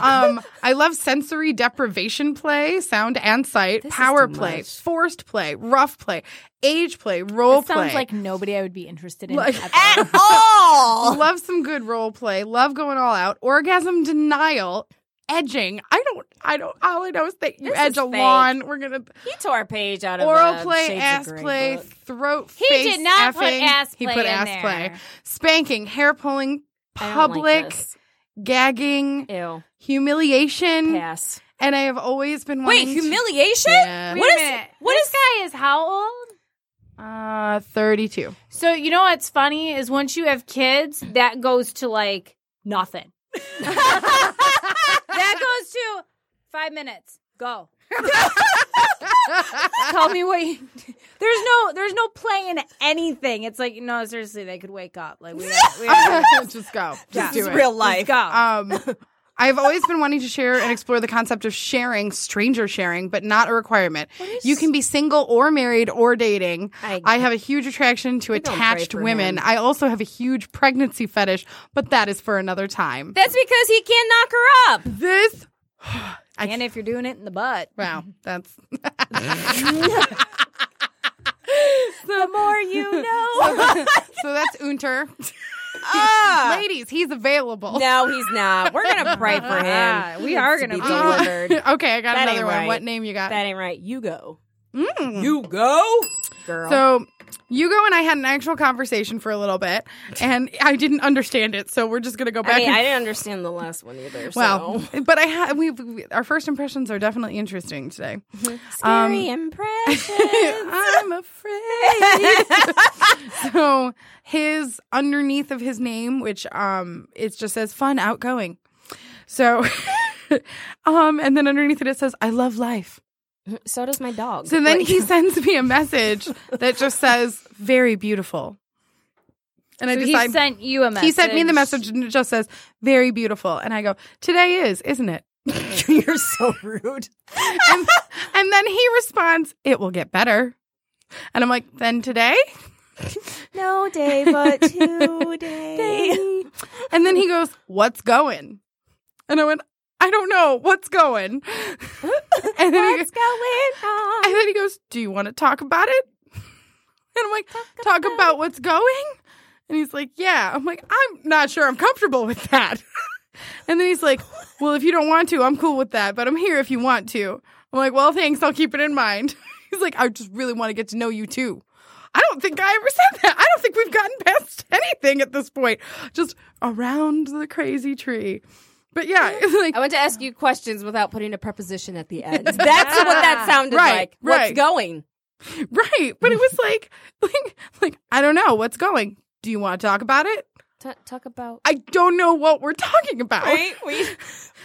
Speaker 2: um, I love sensory deprivation play, sound and sight, power play, forced play, rough play, age play, role
Speaker 5: It sounds
Speaker 2: play.
Speaker 5: like nobody I would be interested in.
Speaker 2: Like-
Speaker 5: ever.
Speaker 3: at all.
Speaker 2: love some good role play. Love going all out. Orgasm denial. Edging. I don't. I don't. All I know is that you
Speaker 3: This
Speaker 2: edge
Speaker 3: is
Speaker 2: a
Speaker 3: fake.
Speaker 2: lawn. We're gonna
Speaker 3: He tore a page out of
Speaker 2: oral
Speaker 3: uh,
Speaker 2: play,
Speaker 3: Shades of
Speaker 2: ass
Speaker 3: Grey
Speaker 2: play,
Speaker 3: book.
Speaker 2: throat.
Speaker 5: He
Speaker 2: face,
Speaker 5: did not put
Speaker 2: effing.
Speaker 5: ass
Speaker 2: He
Speaker 5: play
Speaker 2: put
Speaker 5: in
Speaker 2: ass play.
Speaker 5: there.
Speaker 2: Spanking, hair pulling,
Speaker 3: I don't like
Speaker 2: public
Speaker 3: this.
Speaker 2: gagging,
Speaker 3: Ew.
Speaker 2: humiliation,
Speaker 3: Pass.
Speaker 2: and I have always been
Speaker 3: Wait,
Speaker 2: wanting to-
Speaker 3: humiliation?
Speaker 2: Yeah.
Speaker 3: What
Speaker 5: Wait a
Speaker 3: is
Speaker 5: minute.
Speaker 3: what
Speaker 5: this
Speaker 3: is
Speaker 5: guy is how old?
Speaker 2: Uh, 32.
Speaker 5: So you know what's funny is once you have kids, that goes to like nothing. that goes to five minutes. Go. Tell me what you. There's no, there's no play in anything. It's like no, seriously, they could wake up. Like we, don't- we don't-
Speaker 2: just go. Just do
Speaker 3: this
Speaker 2: it.
Speaker 3: is real life?
Speaker 5: go.
Speaker 2: Um, I've always been wanting to share and explore the concept of sharing, stranger sharing, but not a requirement. You can be single or married or dating.
Speaker 3: I-
Speaker 2: I, have a huge attraction to
Speaker 3: don't
Speaker 2: attached
Speaker 3: pray for
Speaker 2: women.
Speaker 3: him.
Speaker 2: I also have a huge pregnancy fetish, but that is for another time.
Speaker 3: That's because he can't knock her up.
Speaker 2: this
Speaker 5: and if you're doing it in the butt,
Speaker 2: wow, that's
Speaker 5: the more you know.
Speaker 2: so that's Unter.
Speaker 3: Ah.
Speaker 2: Ladies, he's available.
Speaker 3: No, he's not. We're gonna pray for him.
Speaker 5: we are
Speaker 3: To
Speaker 5: gonna
Speaker 3: be
Speaker 5: be.
Speaker 2: Uh,
Speaker 3: delivered.
Speaker 2: okay, I got
Speaker 3: That ain't
Speaker 2: another one.
Speaker 3: right.
Speaker 2: What name you got?
Speaker 3: That ain't right. You go. You go, girl.
Speaker 2: So Hugo and I had an actual conversation for a little bit, and I didn't understand it. So we're just gonna go back.
Speaker 3: I mean,
Speaker 2: and
Speaker 3: I didn't understand the last one either. So.
Speaker 2: well, but I ha- we, we our first impressions are definitely interesting today.
Speaker 3: scary impression.
Speaker 2: I'm afraid. so his underneath of his name, which um, it just says fun, outgoing. So, um, and then underneath it it says I love life.
Speaker 3: so does my dog.
Speaker 2: So then he sends me a message that just says very beautiful, and I
Speaker 5: So he
Speaker 2: decide.
Speaker 5: sent you a message.
Speaker 2: He sent me the message and it just says, very beautiful. And I go, today is, isn't it?
Speaker 3: you're so rude.
Speaker 2: And, and then he responds, it will get better. And I'm like, then today?
Speaker 3: No day but today.
Speaker 2: And then he goes, what's going? And I went, I don't know what's going. and, then he goes,
Speaker 3: going on?
Speaker 2: and then he goes, do you want to talk about it? And I'm like, talk about what's going? And he's like, yeah. I'm like, I'm not sure I'm comfortable with that. And then he's like, Well, if you don't want to, I'm cool with that, but I'm here if you want to. I'm like, Well, thanks. I'll keep it in mind. He's like, I just really want to get to know you too. I don't think I ever said that. I don't think we've gotten past anything at this point, just around the crazy tree. But yeah, it's like,
Speaker 3: I want to ask you questions without putting a preposition at the end. That's what that sounded
Speaker 2: Right,
Speaker 3: like. What's
Speaker 2: right.
Speaker 3: going?
Speaker 2: right. But it was like, like, like, I don't know what's going. Do you want to talk about it?
Speaker 3: T- talk about
Speaker 2: I don't know what we're talking about.
Speaker 3: right. We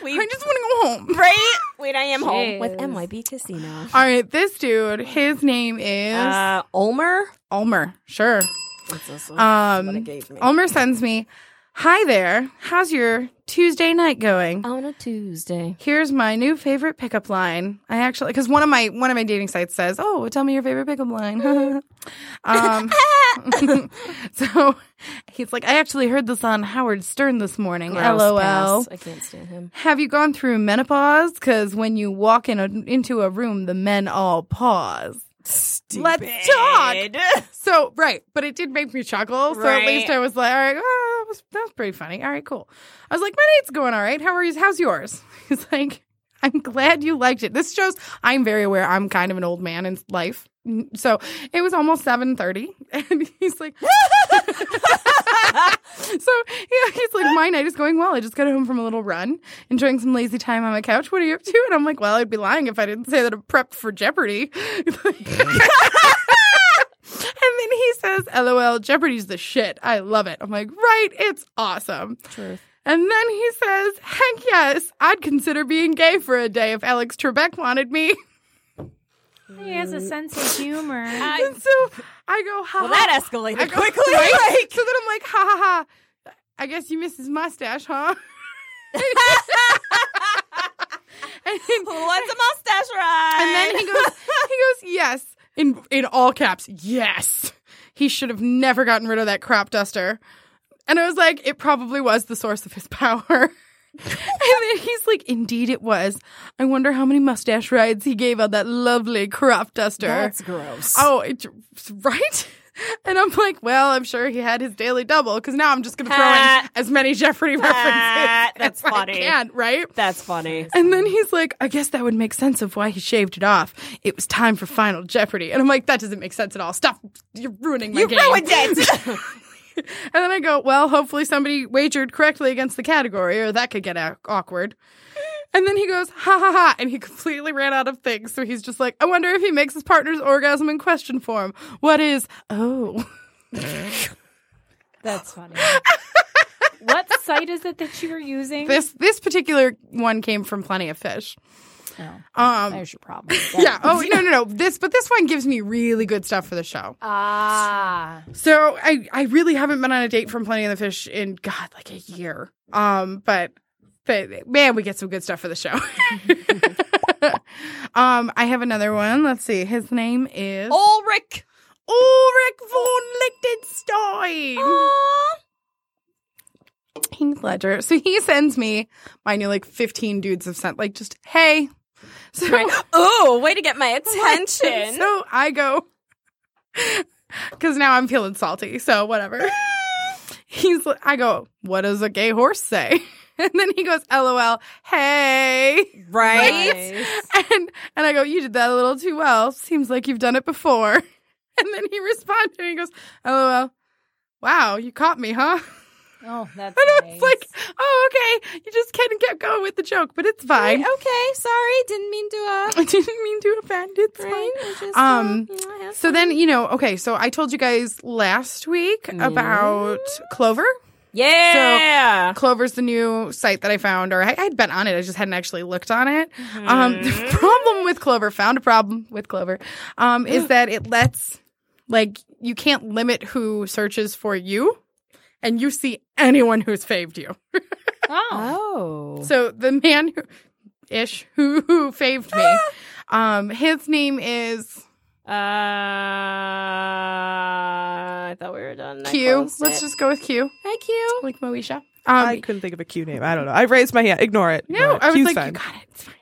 Speaker 3: we
Speaker 2: I just want to go home.
Speaker 3: right. Wait, I am home with
Speaker 5: Jeez.
Speaker 3: MYB Casino.
Speaker 2: All right, this dude, his name is
Speaker 3: Uh, Ulmer.
Speaker 2: Ulmer. Sure.
Speaker 3: That's also what it
Speaker 2: Um,
Speaker 3: gave me.
Speaker 2: Ulmer sends me, Hi there, how's your Tuesday night going?
Speaker 3: on a Tuesday.
Speaker 2: Here's my new favorite pickup line. I actually, because one of my one of my dating sites says, "Oh, tell me your favorite pickup line." um, so he's like, "I actually heard this on Howard Stern this morning." LOL.
Speaker 3: I can't stand him.
Speaker 2: Have you gone through menopause? Because when you walk in a, into a room, the men all pause. Let's talk. So right, but it did make me chuckle. So at least
Speaker 3: Right.
Speaker 2: I was like, all right, oh, that, was, that was pretty funny. All right, cool. I was like, my night's going all right. How are you? How's yours? He's like, I'm glad you liked it. This shows I'm very aware. I'm kind of an old man in life. Mm, so it was almost 7.30 and he's like so yeah, he's like my night is going well i just got home from a little run enjoying some lazy time on my couch what are you up to and i'm like well i'd be lying if i didn't say that i'm prepped for jeopardy And then he says, LOL, Jeopardy's the shit. I love it. I'm like, right, it's awesome. Truth. And then he says, heck yes, I'd consider being gay for a day if Alex Trebek wanted me.
Speaker 5: He has a sense of humor.
Speaker 2: and so I go, ha. ha,
Speaker 3: Well, that escalated
Speaker 2: I go,
Speaker 3: quickly.
Speaker 2: right? So then I'm like, ha ha ha. I guess you miss his mustache, huh? and,
Speaker 3: What's a mustache ride?
Speaker 2: and then he goes, he goes, yes, in in all caps, yes. He should have never gotten rid of that crop duster. And I was like, it probably was the source of his power. and then he's like, indeed it was. I wonder how many mustache rides he gave on that lovely crop duster.
Speaker 3: That's gross.
Speaker 2: Oh, it, right? And I'm like, well, I'm sure he had his daily double because now I'm just going to throw in as many Jeopardy references.
Speaker 3: That's
Speaker 2: as I
Speaker 3: funny.
Speaker 2: can, right?
Speaker 3: That's funny.
Speaker 2: And then he's like, I guess that would make sense of why he shaved it off. It was time for Final Jeopardy. And I'm like, that doesn't make sense at all. Stop. You're ruining my
Speaker 3: You
Speaker 2: game.
Speaker 3: ruined it.
Speaker 2: And then I go, well, hopefully somebody wagered correctly against the category or that could get au- awkward. And then he goes, ha ha ha. And he completely ran out of things. So he's just like, I wonder if he makes his partner's orgasm in question form. What is, oh.
Speaker 5: That's funny. what site is it that you were using?
Speaker 2: This this particular one came from Plenty of Fish. Um,
Speaker 5: There's your problem.
Speaker 2: yeah. Oh no, no, no. This, but this one gives me really good stuff for the show. Ah. So I, I really haven't been on a date from Plenty of the Fish in God, like a year. Um, but, but man, we get some good stuff for the show. um, I have another one. Let's see. His name is
Speaker 3: Ulrich.
Speaker 2: Ulrich von Liechtenstein. Heath Ledger. So he sends me, my new like 15 dudes have sent, like, just, hey. So,
Speaker 3: Oh, way to get my attention.
Speaker 2: so I go, because now I'm feeling salty, so whatever. He's, li- I go, what does a gay horse say? And then he goes, lol, hey.
Speaker 3: right?
Speaker 2: And, and I go, you did that a little too well. Seems like you've done it before. And then he responded and he goes, lol, wow, you caught me, huh?
Speaker 5: Oh,
Speaker 2: And
Speaker 5: that's
Speaker 2: I
Speaker 5: nice.
Speaker 2: was like, oh, okay. You just kind of kept going with the joke, but it's fine.
Speaker 3: Okay, sorry. Didn't mean to. Uh,
Speaker 2: I didn't mean to offend. It's
Speaker 3: right?
Speaker 2: fine.
Speaker 3: I just,
Speaker 2: Um,
Speaker 3: uh, I have-
Speaker 2: So then, you know, okay, so I told you guys last week
Speaker 3: Mm-hmm.
Speaker 2: about Clover.
Speaker 3: yeah.
Speaker 2: Clover's the new site that I found, or I, I'd been on it, I just hadn't actually looked on it. Um, the
Speaker 3: Mm-hmm.
Speaker 2: problem with Clover, found a problem with Clover, um, is that it lets, like, you can't limit who searches for you, and you see anyone who's faved you.
Speaker 3: oh.
Speaker 2: So the man who ish who, who faved me.
Speaker 3: Ah!
Speaker 2: Um his name is
Speaker 3: Uh, I thought we were done. I
Speaker 2: Q.
Speaker 3: closed
Speaker 2: Let's
Speaker 3: it.
Speaker 2: just go with Q,
Speaker 3: Hi, Q.
Speaker 2: like Moesha. Um
Speaker 9: I couldn't think of a Q name. I don't know. I raised my hand. Ignore it.
Speaker 2: No, I was like, you got it. It's fine.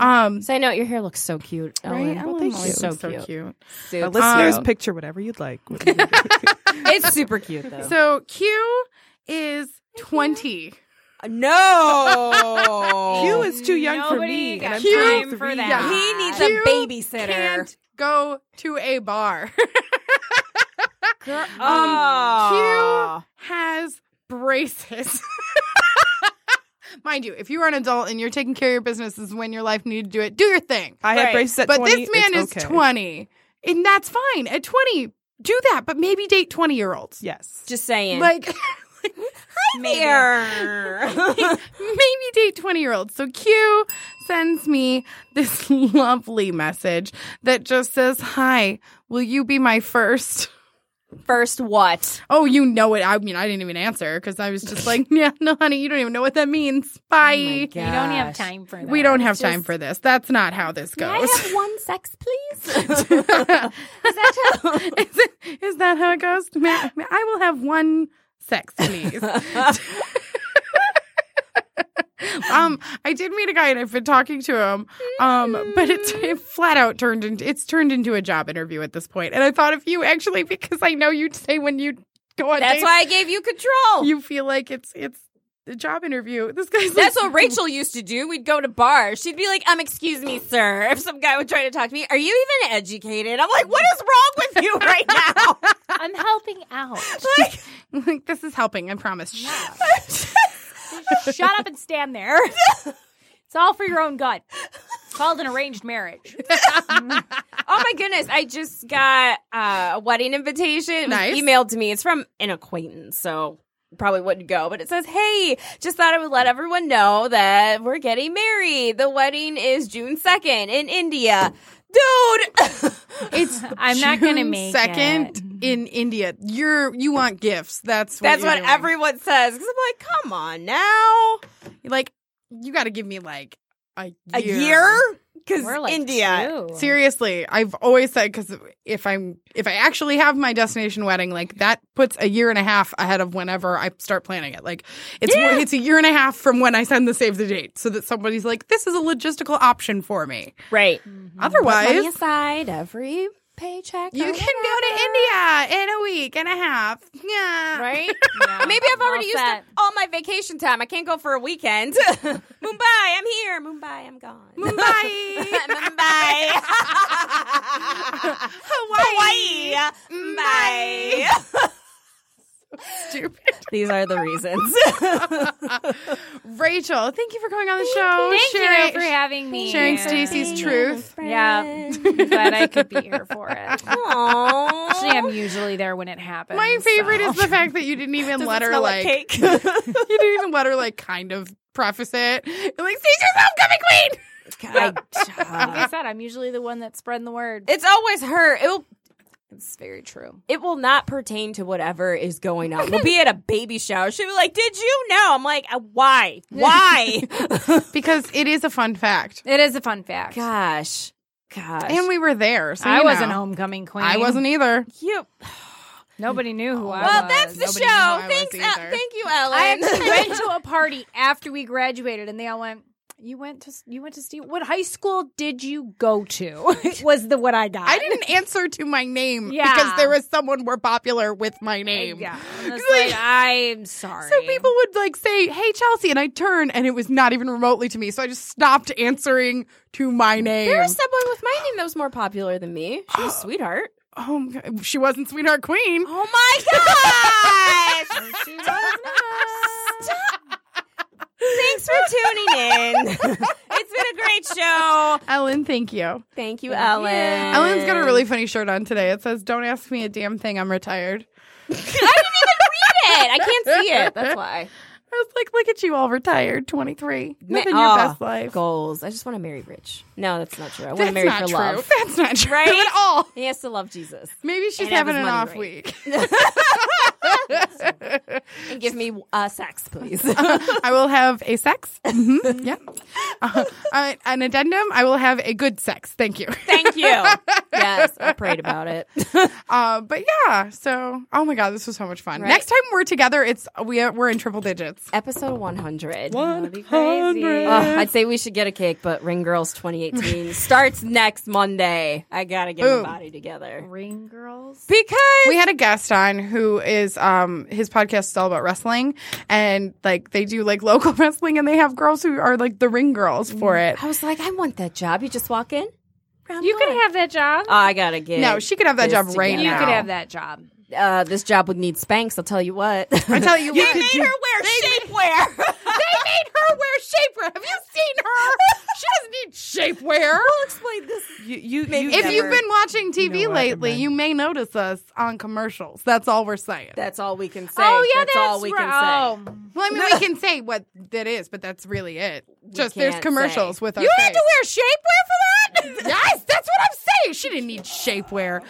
Speaker 2: Um
Speaker 3: So I know your hair looks so cute. Ellen.
Speaker 2: Ellen
Speaker 3: thank
Speaker 2: Mullen
Speaker 3: you.
Speaker 2: is
Speaker 3: So, cute.
Speaker 9: the listeners
Speaker 2: Um,
Speaker 9: picture whatever you'd like.
Speaker 3: It's super cute though.
Speaker 2: So Q is twenty.
Speaker 3: no.
Speaker 2: Oh.
Speaker 9: Q is too young for
Speaker 5: Nobody
Speaker 9: me. and
Speaker 5: got
Speaker 9: I'm
Speaker 2: Q-
Speaker 5: time for
Speaker 9: three.
Speaker 2: Yeah.
Speaker 5: that.
Speaker 3: He needs
Speaker 2: You
Speaker 3: a babysitter.
Speaker 2: Can't go to a bar.
Speaker 3: Oh.
Speaker 2: Has braces. Mind you, if you are an adult and you're taking care of your business, this is when your life needed to do it. Do your thing.
Speaker 9: I had
Speaker 3: Right.
Speaker 9: braces at
Speaker 2: but
Speaker 9: 20.
Speaker 2: this man is
Speaker 9: It's okay.
Speaker 2: 20 and that's fine at 20 do that but maybe date 20 year olds
Speaker 9: Yes.
Speaker 3: Just saying.
Speaker 2: like
Speaker 3: Mayor.
Speaker 2: maybe date 20 year olds so q sends me this lovely message that just says hi will you be my first
Speaker 3: First, what?
Speaker 2: oh you know it i mean i didn't even answer because i was just like yeah no honey you don't even know what that means bye
Speaker 5: We don't have time for that.
Speaker 2: we don't have time for this that's not how this goes
Speaker 8: one sex, please?
Speaker 2: is, it, is that how it goes? Ma- ma- I will have one sex, please. um, I did meet a guy and I've been talking to him. Um, but it's it flat out turned into it's turned into a job interview at this point. And I thought of you actually because I know you'd say when you go on
Speaker 3: That's
Speaker 2: dates,
Speaker 3: why I gave you control.
Speaker 2: you feel like it's it's the job interview. This guy's
Speaker 3: That's
Speaker 2: like,
Speaker 3: what Rachel used to do. We'd go to bars. She'd be like, um, excuse me, sir. If some guy would try to talk to me, are you even educated? I'm like, what is wrong with you right now?
Speaker 5: I'm helping out.
Speaker 2: like this is helping. I promise.
Speaker 5: Shut up and stand there. It's all for your own good. It's called an arranged marriage.
Speaker 3: Oh my goodness. I just got uh, a wedding invitation It was
Speaker 2: Nice.
Speaker 3: emailed to me. It's from an acquaintance, so probably wouldn't go, but it says, Hey, just thought I would let everyone know that we're getting married. The wedding is June 2nd in India. Dude,
Speaker 2: It's
Speaker 5: I'm not gonna
Speaker 2: June
Speaker 5: make
Speaker 2: second in India. You're you want gifts. That's what
Speaker 3: that's
Speaker 2: you're
Speaker 3: what
Speaker 2: doing.
Speaker 3: everyone says. Because I'm like, come on now.
Speaker 2: like. You got to give me like a year.
Speaker 3: A year? Because
Speaker 5: We're like
Speaker 3: India.
Speaker 5: two.
Speaker 2: Seriously, I've always said because if I'm if I actually have my destination wedding, like that puts a year and a half ahead of whenever I start planning it. Like it's it's a year and a half from when I send the save the date, so that somebody's like, this is a logistical option for me.
Speaker 3: Right.
Speaker 2: Otherwise,
Speaker 8: money aside every paycheck.
Speaker 2: you
Speaker 8: or
Speaker 2: can go to India in a week and a half. Yeah,
Speaker 3: Right? Maybe I've already
Speaker 5: Well
Speaker 3: used
Speaker 5: said.
Speaker 3: up all my vacation time. I can't go for a weekend. Mumbai, I'm here. Mumbai, I'm gone.
Speaker 2: Bye.
Speaker 3: Mumbai. Hawaii. Mumbai.
Speaker 2: Stupid.
Speaker 3: These are the reasons.
Speaker 2: Rachel, thank you for coming on the show.
Speaker 5: Thank
Speaker 2: sharing,
Speaker 5: you for having me.
Speaker 2: sharing
Speaker 5: Yeah.
Speaker 2: Stacy's truth.
Speaker 5: Yeah, I'm glad I could be here for it. Actually,
Speaker 3: Aww.
Speaker 5: I'm usually there when it happens.
Speaker 2: My favorite
Speaker 5: so.
Speaker 2: is the fact that you didn't even
Speaker 3: Does
Speaker 2: let
Speaker 3: it
Speaker 2: her
Speaker 3: smell
Speaker 2: like
Speaker 3: like cake?
Speaker 2: you didn't even let her like kind of preface it. You're like, seize yourself, coming queen.
Speaker 5: Like I said, I'm usually the one that's spreading the word.
Speaker 3: it's always her. It will
Speaker 5: It's very true.
Speaker 3: it will not pertain to whatever is going on. We'll be at a baby shower. She'll be like, "Did you know?" I'm like, "Uh, "Why? Why?"
Speaker 2: Because it is a fun fact.
Speaker 5: It is a fun fact.
Speaker 3: Gosh, gosh.
Speaker 2: And we were there. So
Speaker 5: I
Speaker 2: you
Speaker 5: wasn't
Speaker 2: know.
Speaker 5: homecoming queen.
Speaker 2: I wasn't either.
Speaker 3: you.
Speaker 5: Nobody knew who I was.
Speaker 3: Well, that's the
Speaker 2: nobody knew how
Speaker 3: show.
Speaker 2: I was
Speaker 3: Thanks,
Speaker 2: either.
Speaker 3: uh, thank you, Ellen.
Speaker 5: I actually went to a party after we graduated, and they all went. You went to you went to Steve. What high school did you go to? was the what I got.
Speaker 2: I didn't answer to my name
Speaker 5: Yeah.
Speaker 2: because there was someone more popular with my name.
Speaker 5: Yeah, I'm just
Speaker 2: Like-
Speaker 5: like, I'm sorry.
Speaker 2: So people would like say, "Hey Chelsea," and I'd turn, and it was not even remotely to me. So I just stopped answering to my name.
Speaker 3: There was someone with my name that was more popular than me. She was sweetheart.
Speaker 2: oh, my God. she wasn't sweetheart queen.
Speaker 3: Oh my gosh! Stop. Thanks for tuning in. it's been a great show.
Speaker 2: Ellen, thank you.
Speaker 3: Thank you, Ellen.
Speaker 2: Ellen's got a really funny shirt on today. It says, "Don't ask me a damn thing. I'm retired."
Speaker 3: I didn't even read it. I can't see it. That's why.
Speaker 2: I was like, look at you all retired, 23. Living
Speaker 3: oh,
Speaker 2: your best life.
Speaker 3: Goals. I just want to marry rich. No, that's not true. I want
Speaker 2: That's
Speaker 3: to marry
Speaker 2: not
Speaker 3: for
Speaker 2: true.
Speaker 3: love.
Speaker 2: That's not true
Speaker 3: Right?
Speaker 2: at all.
Speaker 3: He has to love Jesus
Speaker 2: Maybe she's
Speaker 3: And have
Speaker 2: having
Speaker 3: his
Speaker 2: an
Speaker 3: money
Speaker 2: off
Speaker 3: right.
Speaker 2: week.
Speaker 3: and give me uh, sex, please.
Speaker 2: I will have a sex. Mhm. Yeah. Uh, uh, an addendum. I will have a good sex. Thank you.
Speaker 3: Thank you. Yes, I prayed about it.
Speaker 2: Uh, but yeah, so oh my god, this was so much fun.
Speaker 3: Right?
Speaker 2: Next time we're together, it's we are, we're in triple digits.
Speaker 3: Episode 100.
Speaker 9: One
Speaker 3: Ugh, I'd say we should get a cake, but Ring Girls 2018 starts next Monday. I gotta get
Speaker 2: Boom.
Speaker 3: my body together
Speaker 5: ring girls.
Speaker 3: because
Speaker 2: we had a guest on who is um his podcast is all about wrestling and like they do like local wrestling and they have girls who are like the ring girls for it.
Speaker 3: I was like, I want that job. You just walk in. round
Speaker 5: You
Speaker 3: one.
Speaker 5: could have that job.
Speaker 3: Oh, I gotta get.
Speaker 2: No, she could have that
Speaker 3: this
Speaker 2: job right
Speaker 5: you
Speaker 3: together.
Speaker 2: now.
Speaker 5: could have that job.
Speaker 3: Uh, this job would need spanks. I'll tell you what.
Speaker 2: I tell you, what,
Speaker 3: made her wear shapewear.
Speaker 2: they made her wear shapewear. Have you seen her? She doesn't need shapewear.
Speaker 3: Explain this.
Speaker 9: You, you,
Speaker 3: Maybe
Speaker 9: you
Speaker 2: If
Speaker 3: never-
Speaker 2: you've been watching TV
Speaker 9: You know what,
Speaker 2: lately,
Speaker 9: man.
Speaker 2: you may notice us on commercials. That's all we're saying.
Speaker 3: That's all we can say.
Speaker 5: oh yeah,
Speaker 3: that's,
Speaker 5: that's,
Speaker 3: all we can
Speaker 5: right.
Speaker 3: say.
Speaker 5: Oh.
Speaker 2: Well, I mean, we can say what that is, but that's really it. Just there's
Speaker 3: can't
Speaker 2: commercials
Speaker 3: say.
Speaker 2: with our
Speaker 3: You had to
Speaker 2: wear shapewear for that? yes, that's what I'm saying. She didn't need shapewear.